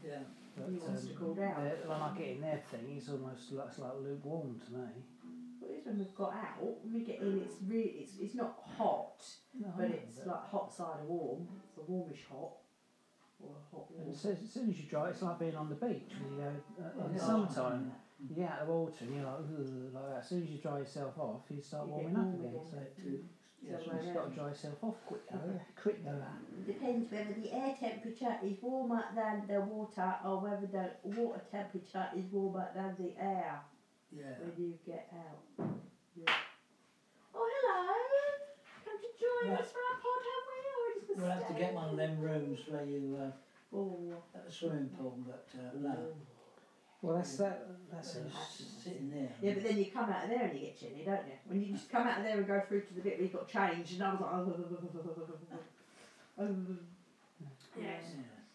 Speaker 2: Yeah.
Speaker 4: But, um,
Speaker 5: He wants to cool down.
Speaker 4: the- when I get in their thing, it's almost like, it's like lukewarm to me.
Speaker 5: Well, it's when we've got out, when we get in, it's really, it's, it's not hot,
Speaker 4: No, I
Speaker 5: but
Speaker 4: know,
Speaker 5: it's like hot side of warm. It's a warmish hot. Or a hot warm.
Speaker 4: And so, as soon as you dry, it's like being on the beach. When you go uh, in
Speaker 2: Yeah.
Speaker 4: the summertime, you get out of the water and you're like, "Ugh," like that. As soon as you dry yourself off, you start
Speaker 5: You get
Speaker 4: warming up
Speaker 5: warm
Speaker 4: again.
Speaker 5: again.
Speaker 4: So
Speaker 2: Two. Yeah,
Speaker 5: So
Speaker 2: so
Speaker 5: when
Speaker 4: you've got to dry yourself off quick, though. Quick, though. that.
Speaker 5: It depends whether the air temperature is warmer than the water or whether the water temperature is warmer than the air
Speaker 2: yeah.
Speaker 5: when you get out. Yeah. Oh, hello! Come to join
Speaker 2: Right.
Speaker 5: us for our pod, have we? Or is the
Speaker 2: We'll have to get
Speaker 5: stay?
Speaker 2: one of them rooms where you uh,
Speaker 5: Oh,
Speaker 2: at the swimming pool, but uh, no,
Speaker 4: Well, that's that. That's
Speaker 2: so
Speaker 4: it.
Speaker 2: just sitting there.
Speaker 5: Yeah, but then you come out of there and you get chilly, don't you? When you just come out of there and go through to the bit where you've got change, and I was "Oh." like,
Speaker 1: Yes.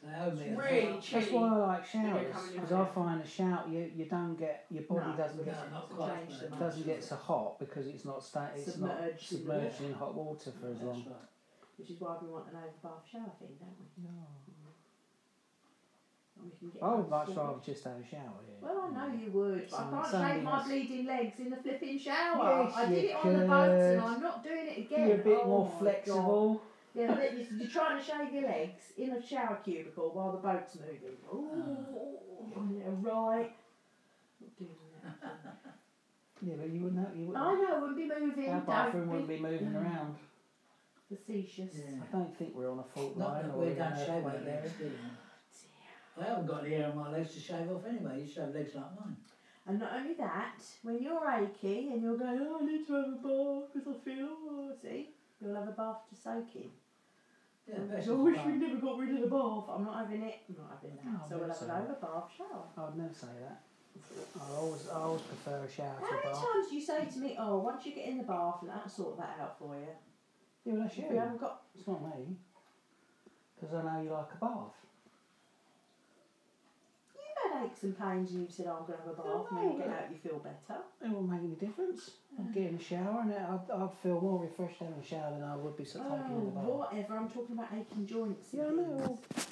Speaker 2: They owe me. a-
Speaker 1: Really
Speaker 4: That's
Speaker 1: chilly.
Speaker 4: why I like
Speaker 1: you're
Speaker 4: showers
Speaker 1: coming in
Speaker 4: because I
Speaker 1: there.
Speaker 4: find a shower you, you don't get your body
Speaker 5: No,
Speaker 4: doesn't
Speaker 2: No,
Speaker 4: get
Speaker 2: not quite.
Speaker 5: Change
Speaker 2: but-
Speaker 5: the
Speaker 4: doesn't get so hot because it's not sta- it's not
Speaker 5: Submerged in the
Speaker 4: submerged in hot water for as
Speaker 2: That's
Speaker 4: long.
Speaker 2: right.
Speaker 5: which is why we want an overbath shower thing, don't we? And we can get
Speaker 4: I would
Speaker 5: one
Speaker 4: much
Speaker 5: sorted.
Speaker 4: rather just have a Oh, shower. Yeah.
Speaker 5: Well, I know you would, but I
Speaker 4: Some-
Speaker 5: can't
Speaker 4: somebody
Speaker 5: shave my
Speaker 4: must-
Speaker 5: bleeding legs in the flipping shower.
Speaker 4: Yes,
Speaker 5: I did
Speaker 4: you
Speaker 5: it on the boats and
Speaker 4: could.
Speaker 5: I'm not doing it again.
Speaker 4: You're a bit
Speaker 5: Oh
Speaker 4: more
Speaker 5: my God.
Speaker 4: flexible.
Speaker 5: Yeah, but you- you're trying to shave your legs in a shower cubicle while the boat's moving. Oh, yeah, right. Not doing that.
Speaker 4: [laughs] Yeah, but you wouldn't. Have, you wouldn't.
Speaker 5: I know, we'll be moving.
Speaker 4: Our bathroom
Speaker 5: don't
Speaker 4: wouldn't be moving
Speaker 5: Mm.
Speaker 4: around.
Speaker 5: facetious.
Speaker 2: Yeah.
Speaker 4: I don't think we're on a fault
Speaker 2: Not
Speaker 4: line.
Speaker 2: that
Speaker 4: or
Speaker 2: we
Speaker 4: we're
Speaker 2: don't
Speaker 4: gonna
Speaker 2: shave
Speaker 4: play
Speaker 2: our
Speaker 4: there.
Speaker 2: legs, do you?
Speaker 5: Oh,
Speaker 2: I haven't got the hair on my legs to shave off anyway. You shave legs like mine.
Speaker 5: And not only that, when you're achy and you're going, oh, I need to have a bath because I feel, oh, see, you'll have a bath to soak in.
Speaker 2: Yeah, best
Speaker 5: I
Speaker 2: of
Speaker 5: wish
Speaker 2: all.
Speaker 5: we never got rid of the bath. I'm not having it. I'm not having that.
Speaker 4: Oh,
Speaker 5: so we'll have
Speaker 4: that's
Speaker 5: an
Speaker 4: all
Speaker 5: over bath shower.
Speaker 4: I would never say that. I always, I always prefer a shower
Speaker 5: How
Speaker 4: to a
Speaker 5: many
Speaker 4: bath.
Speaker 5: times do you say to me, oh, once you get in the bath, and that'll sort that out for you?
Speaker 4: Yeah, well, that's
Speaker 5: If you
Speaker 4: you.
Speaker 5: haven't got.
Speaker 4: It's not me. Because I know you like a bath.
Speaker 5: You've had aches and pains, and you said, oh, I'm going to have a bath,
Speaker 4: No,
Speaker 5: and when you get
Speaker 4: no.
Speaker 5: out, you feel better.
Speaker 4: It won't make any difference. I'd get in the shower and I'd, I'd feel more refreshed having a shower than I would be so taking in the bath.
Speaker 5: Oh, whatever. I'm talking about aching joints. and
Speaker 4: Yeah, I know.
Speaker 5: things.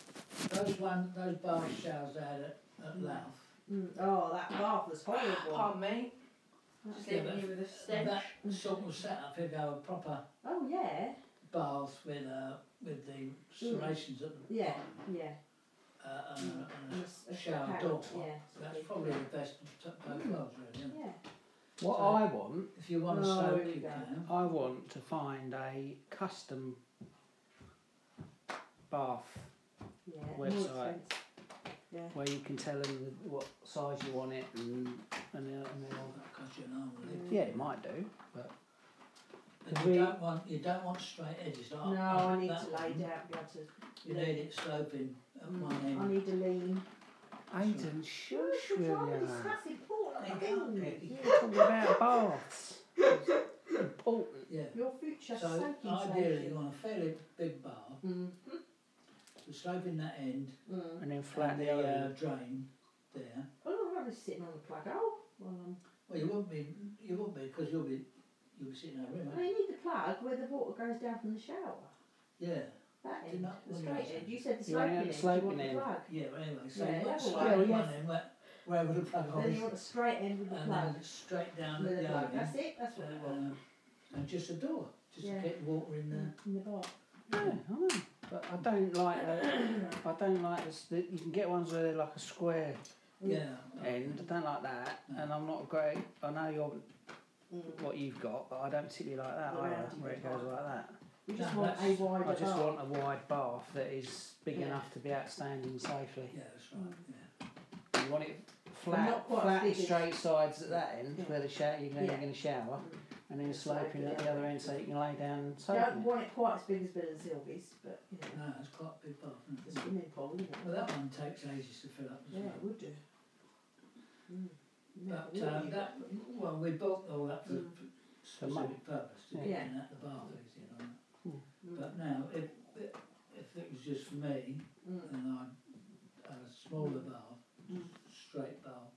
Speaker 2: Those one, those bath showers they had at, at Louth.
Speaker 5: Mm. Oh, that bath was horrible.
Speaker 1: Pardon me.
Speaker 5: That's
Speaker 2: Yeah,
Speaker 1: Leaving you with a stench.
Speaker 2: That sort of setup, if they were proper
Speaker 5: Oh yeah,
Speaker 2: baths with uh, with the
Speaker 5: Mm.
Speaker 2: serrations at the
Speaker 5: yeah, yeah.
Speaker 2: uh, and, a- and
Speaker 5: And a s-
Speaker 2: a
Speaker 5: a
Speaker 2: shower
Speaker 5: carrot,
Speaker 2: door.
Speaker 5: Yeah.
Speaker 2: That's probably the best of t-
Speaker 5: Mm.
Speaker 2: both worlds, really. Isn't it?
Speaker 5: Yeah.
Speaker 4: What
Speaker 2: So-
Speaker 4: I want,
Speaker 2: If you want to
Speaker 5: Oh,
Speaker 2: soak,
Speaker 5: here we
Speaker 2: you
Speaker 5: go.
Speaker 2: can.
Speaker 4: I want to find a custom bath
Speaker 5: Yeah.
Speaker 4: Website.
Speaker 5: More expensive.
Speaker 4: where you can tell them the, what size you want it and and, they'll- and they'll,
Speaker 2: Because you know, really.
Speaker 4: yeah, it might do.
Speaker 2: And you don't want you don't want straight edges. Like,
Speaker 5: No,
Speaker 2: like
Speaker 5: I need
Speaker 2: Oh, that
Speaker 5: to lay
Speaker 2: one.
Speaker 5: down. Be able to.
Speaker 2: You need it sloping at
Speaker 5: Mm,
Speaker 2: one end.
Speaker 5: I need to lean.
Speaker 4: Aidan, shush, will you?
Speaker 2: They can't get you.
Speaker 4: Talking about baths. It's important.
Speaker 2: Yeah.
Speaker 5: Your future
Speaker 2: So
Speaker 5: soaking
Speaker 2: ideally, you
Speaker 5: station.
Speaker 2: want a fairly big bath
Speaker 5: Mm.
Speaker 2: with sloping that end
Speaker 5: Mm.
Speaker 4: And then
Speaker 2: and
Speaker 4: flat
Speaker 2: the uh,
Speaker 4: the
Speaker 2: drain there.
Speaker 5: Well, I'm rather sitting on the plug um, hole. Well,
Speaker 2: Well, you won't be you won't be because you'll be you'll be sitting over
Speaker 5: um,
Speaker 2: it.
Speaker 5: I need the plug where the water goes down from the shower.
Speaker 2: Yeah.
Speaker 5: That
Speaker 2: Do
Speaker 5: end,
Speaker 2: not
Speaker 5: the
Speaker 2: worry
Speaker 5: straight
Speaker 2: yourself.
Speaker 5: end. You said the
Speaker 4: You want it
Speaker 5: sloping end.
Speaker 4: the
Speaker 5: you want
Speaker 4: sloping
Speaker 5: the
Speaker 4: end.
Speaker 5: plug.
Speaker 2: Yeah, but anyway, so
Speaker 5: Yeah,
Speaker 2: what
Speaker 5: that's
Speaker 2: straight
Speaker 5: right.
Speaker 2: one then, where, where would the plug
Speaker 5: Then
Speaker 2: holes
Speaker 5: you want the straight end with the
Speaker 4: Oh,
Speaker 2: and
Speaker 5: plug.
Speaker 2: then straight down
Speaker 5: With
Speaker 2: at
Speaker 5: the
Speaker 2: the
Speaker 5: plug.
Speaker 2: other
Speaker 5: That's it. That's what we want.
Speaker 2: end, uh, and just a door, just
Speaker 5: Yeah.
Speaker 2: to get water in there.
Speaker 5: Mm, In the box.
Speaker 4: Yeah, I know. But I don't like the, I don't like this. The, you can get ones where they're like a square
Speaker 5: Mm.
Speaker 2: Yeah.
Speaker 4: end. I don't like that, and I'm not great. I know you're what you've got, but I don't particularly like that
Speaker 5: The
Speaker 4: either,
Speaker 5: roundy
Speaker 4: where it
Speaker 5: bit.
Speaker 4: goes like that.
Speaker 5: We just
Speaker 2: No,
Speaker 5: want a
Speaker 2: that's-
Speaker 5: wider
Speaker 4: I just
Speaker 5: bar.
Speaker 4: want a wide bath that is big
Speaker 5: Yeah.
Speaker 4: enough to be outstanding safely.
Speaker 2: Yeah, that's right. Yeah.
Speaker 4: You want it flat,
Speaker 5: not quite
Speaker 4: flat,
Speaker 5: big as-
Speaker 4: straight sides at that end
Speaker 5: Yeah.
Speaker 4: where the shower you know
Speaker 5: Yeah.
Speaker 4: you're going to shower, and then sloping at the other end so you can lay down and soak
Speaker 5: Don't
Speaker 4: in it.
Speaker 5: want it quite as big as Bill and Sylvie's, but you know,
Speaker 2: No, it's quite a big bath. isn't
Speaker 5: the
Speaker 2: it?
Speaker 5: swimming pool, you know.
Speaker 2: Well, that one takes ages to fill up.
Speaker 5: Yeah,
Speaker 2: Doesn't
Speaker 5: it would do. Mm. No,
Speaker 2: it?
Speaker 5: it
Speaker 2: But um,
Speaker 5: wouldn't.
Speaker 2: that, well, we built all that for
Speaker 5: Mm.
Speaker 4: For money.
Speaker 2: specific purpose, to
Speaker 4: Yeah.
Speaker 2: get in at the bath, you know.
Speaker 4: Mm.
Speaker 2: But now, if, if it was just for me,
Speaker 5: Mm.
Speaker 2: then I'd have a smaller bath,
Speaker 5: Mm.
Speaker 2: straight bath,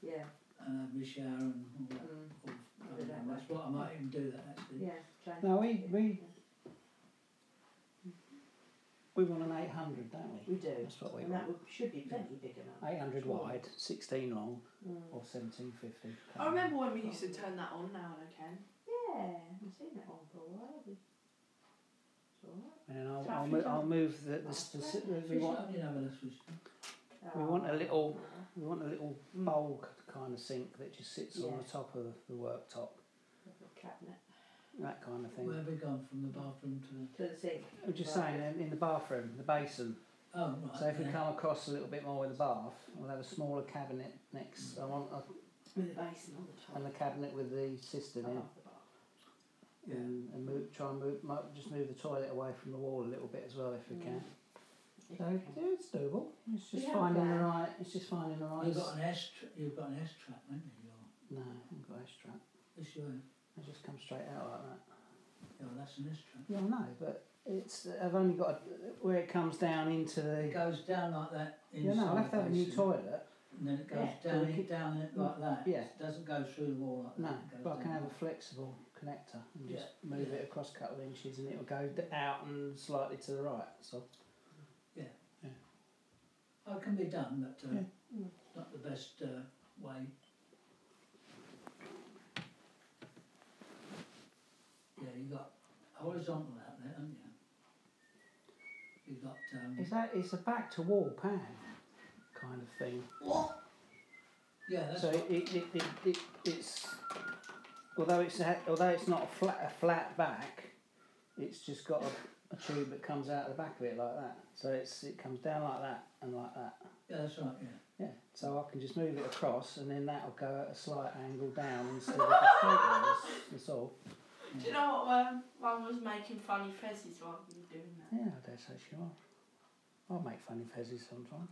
Speaker 5: Yeah,
Speaker 2: and have my shower and all that.
Speaker 5: mm.
Speaker 2: all-
Speaker 5: Do it that
Speaker 2: and That's what I might even do that actually.
Speaker 5: yeah, change.
Speaker 4: No, we we we want an eight hundred, don't we? Uh,
Speaker 5: We do.
Speaker 4: That's what we
Speaker 5: And that
Speaker 4: want.
Speaker 5: would, should be plenty big enough.
Speaker 4: Eight hundred wide, sixteen long,
Speaker 5: Mm.
Speaker 4: or seventeen fifty.
Speaker 1: I remember when we used to turn that on now and again.
Speaker 5: Yeah, I've seen that one for a while. but It's alright.
Speaker 4: And then I'll I'll, mo- I'll move the, the specific. We want
Speaker 2: You know, that's what's-
Speaker 4: We want a
Speaker 5: Ah.
Speaker 4: little- we want a little
Speaker 5: Mm.
Speaker 4: bowl kind of sink that just sits on
Speaker 5: Yeah.
Speaker 4: the top of the worktop,
Speaker 5: Little cabinet
Speaker 4: that kind of thing.
Speaker 2: where have we gone from the bathroom to the,
Speaker 5: to the sink.
Speaker 4: I'm just
Speaker 5: Right.
Speaker 4: saying, uh, in, in the bathroom, the basin.
Speaker 2: oh, right.
Speaker 4: So if we
Speaker 2: yeah.
Speaker 4: come across a little bit more with the bath, we'll have a smaller cabinet next. I want a,
Speaker 5: With a basin on the top.
Speaker 4: and the cabinet with the cistern in.
Speaker 5: Above the bar.
Speaker 4: and, and move, try and move, might just move the toilet away from the wall a little bit as well if we can.
Speaker 5: If
Speaker 4: Mm. So
Speaker 5: you
Speaker 4: yeah, it's doable. It's just
Speaker 5: We have a
Speaker 4: finding the
Speaker 5: plan.
Speaker 4: right. It's just finding the right.
Speaker 2: You've
Speaker 4: s-
Speaker 2: got an S, tra- you've got an S trap, haven't you? Your-
Speaker 4: No, I've got a strap.
Speaker 2: This your,
Speaker 4: It just comes straight out like that.
Speaker 2: yeah, that's an S trap.
Speaker 4: Yeah, I know, but it's. I've only got a, where it comes down into
Speaker 2: It
Speaker 4: the.
Speaker 2: goes down like that
Speaker 4: Yeah,
Speaker 2: inside.
Speaker 4: no, I have to have a new
Speaker 2: basin,
Speaker 4: toilet.
Speaker 2: And then it goes
Speaker 4: Yeah.
Speaker 2: down,
Speaker 4: So we
Speaker 2: it, down it like that.
Speaker 4: Yeah.
Speaker 2: It doesn't go through the wall like that.
Speaker 4: No,
Speaker 2: it goes
Speaker 4: but I can
Speaker 2: down.
Speaker 4: have a flexible connector and just
Speaker 2: Yeah.
Speaker 4: move it across a couple of inches and it'll go d- out and slightly to the right. So
Speaker 2: Oh, it can be done, but uh,
Speaker 4: Yeah.
Speaker 5: Mm.
Speaker 2: not the best uh, way. Yeah, you got horizontal out there, haven't you? You got um,
Speaker 4: is that it's a back to wall pan kind of thing.
Speaker 2: yeah, that's
Speaker 4: So it, it, it, it, it, it's although it's ha- although it's not a flat a flat back, it's just got a, a tube that comes out of the back of it like that. So it's it comes down like that and like that.
Speaker 2: yeah, that's right. Yeah.
Speaker 4: Yeah. So I can just move it across and then that'll go at a slight angle down instead of a straight line. That's, that's all.
Speaker 1: Do you know what um, Mum was making funny faces while we were doing that?
Speaker 4: Yeah, I dare say she will. I'll make funny faces sometime.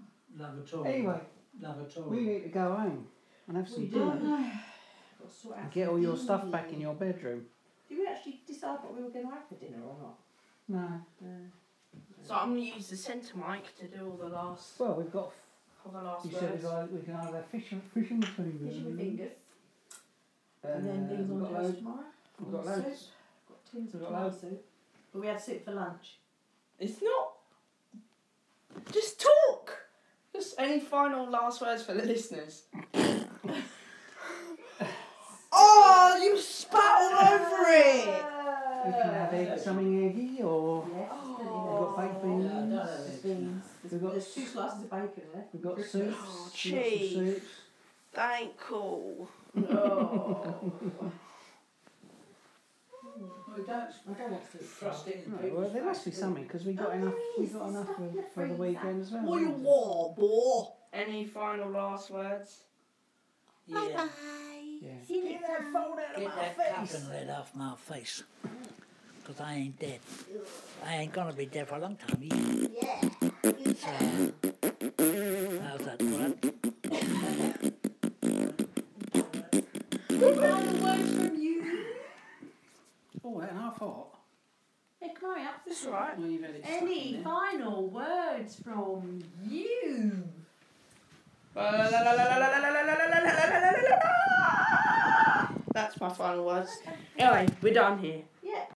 Speaker 5: Oh,
Speaker 2: Lavatory.
Speaker 4: Anyway,
Speaker 2: lavatory.
Speaker 4: we need to go home and have some
Speaker 5: We
Speaker 4: dinner.
Speaker 5: don't. Got to sort out
Speaker 4: And get all your
Speaker 5: some
Speaker 4: stuff back in
Speaker 5: dinner.
Speaker 4: your bedroom.
Speaker 5: Did we actually decide what we were going to have for dinner or not? Uh,
Speaker 4: No.
Speaker 5: No.
Speaker 1: So I'm going to use the centre mic to do all the last,
Speaker 4: Well, we've got
Speaker 1: all the last
Speaker 4: You
Speaker 1: words.
Speaker 4: said we, got, we can either fish and fish and fingers.
Speaker 5: Fishing fingers.
Speaker 4: Mm. Uh,
Speaker 5: And then things
Speaker 4: we've
Speaker 5: on
Speaker 4: got
Speaker 5: toast
Speaker 4: loads.
Speaker 5: tomorrow.
Speaker 4: We've got
Speaker 5: Soup.
Speaker 4: loads.
Speaker 5: Got tins
Speaker 4: We've
Speaker 5: of
Speaker 4: got
Speaker 5: tomato
Speaker 4: loads.
Speaker 5: soup. But we had soup for lunch.
Speaker 1: It's not. Just talk. Just any final last words for the
Speaker 2: [laughs]
Speaker 1: listeners. oh, you spat all over it.
Speaker 4: We can have egg, something eggy or
Speaker 5: Yes, Oh,
Speaker 4: we've Oh, got baked
Speaker 2: Yeah,
Speaker 4: beans.
Speaker 2: I don't have
Speaker 5: there's
Speaker 2: it.
Speaker 5: beans. There's,
Speaker 4: We've got
Speaker 5: there's two
Speaker 4: s-
Speaker 5: slices of bacon left.
Speaker 4: We've got
Speaker 1: Oh,
Speaker 4: soups. we've
Speaker 5: Christmas.
Speaker 4: got some
Speaker 1: cheese.
Speaker 4: soups.
Speaker 1: Thank you.
Speaker 2: Oh. Well, we don't
Speaker 5: I don't want soup.
Speaker 2: thrust it in
Speaker 4: No,
Speaker 2: people's
Speaker 4: well, there must be
Speaker 2: face, do
Speaker 4: something because we got
Speaker 5: Oh,
Speaker 4: enough.
Speaker 5: there
Speaker 4: We
Speaker 5: is.
Speaker 4: got
Speaker 5: There's
Speaker 4: enough
Speaker 5: stuff
Speaker 4: for,
Speaker 5: in the
Speaker 4: for the
Speaker 5: freezer.
Speaker 4: weekend as well.
Speaker 1: What you
Speaker 4: haven't
Speaker 1: want, boy? [laughs] Any final last words?
Speaker 2: we? Yeah.
Speaker 4: we? Yeah.
Speaker 2: Get that phone out of my face. Get that lid off my face. Because I ain't dead. I ain't going to be dead for a long time. either.
Speaker 12: Yeah. You can.
Speaker 2: How's that work?
Speaker 5: Final words from you.
Speaker 4: Oh, and half hot.
Speaker 5: They're coming up this
Speaker 1: right.
Speaker 4: Well, you've had it stuck in
Speaker 5: Any
Speaker 4: there.
Speaker 5: final words from you?
Speaker 1: That's my final words. Anyway, we're done here.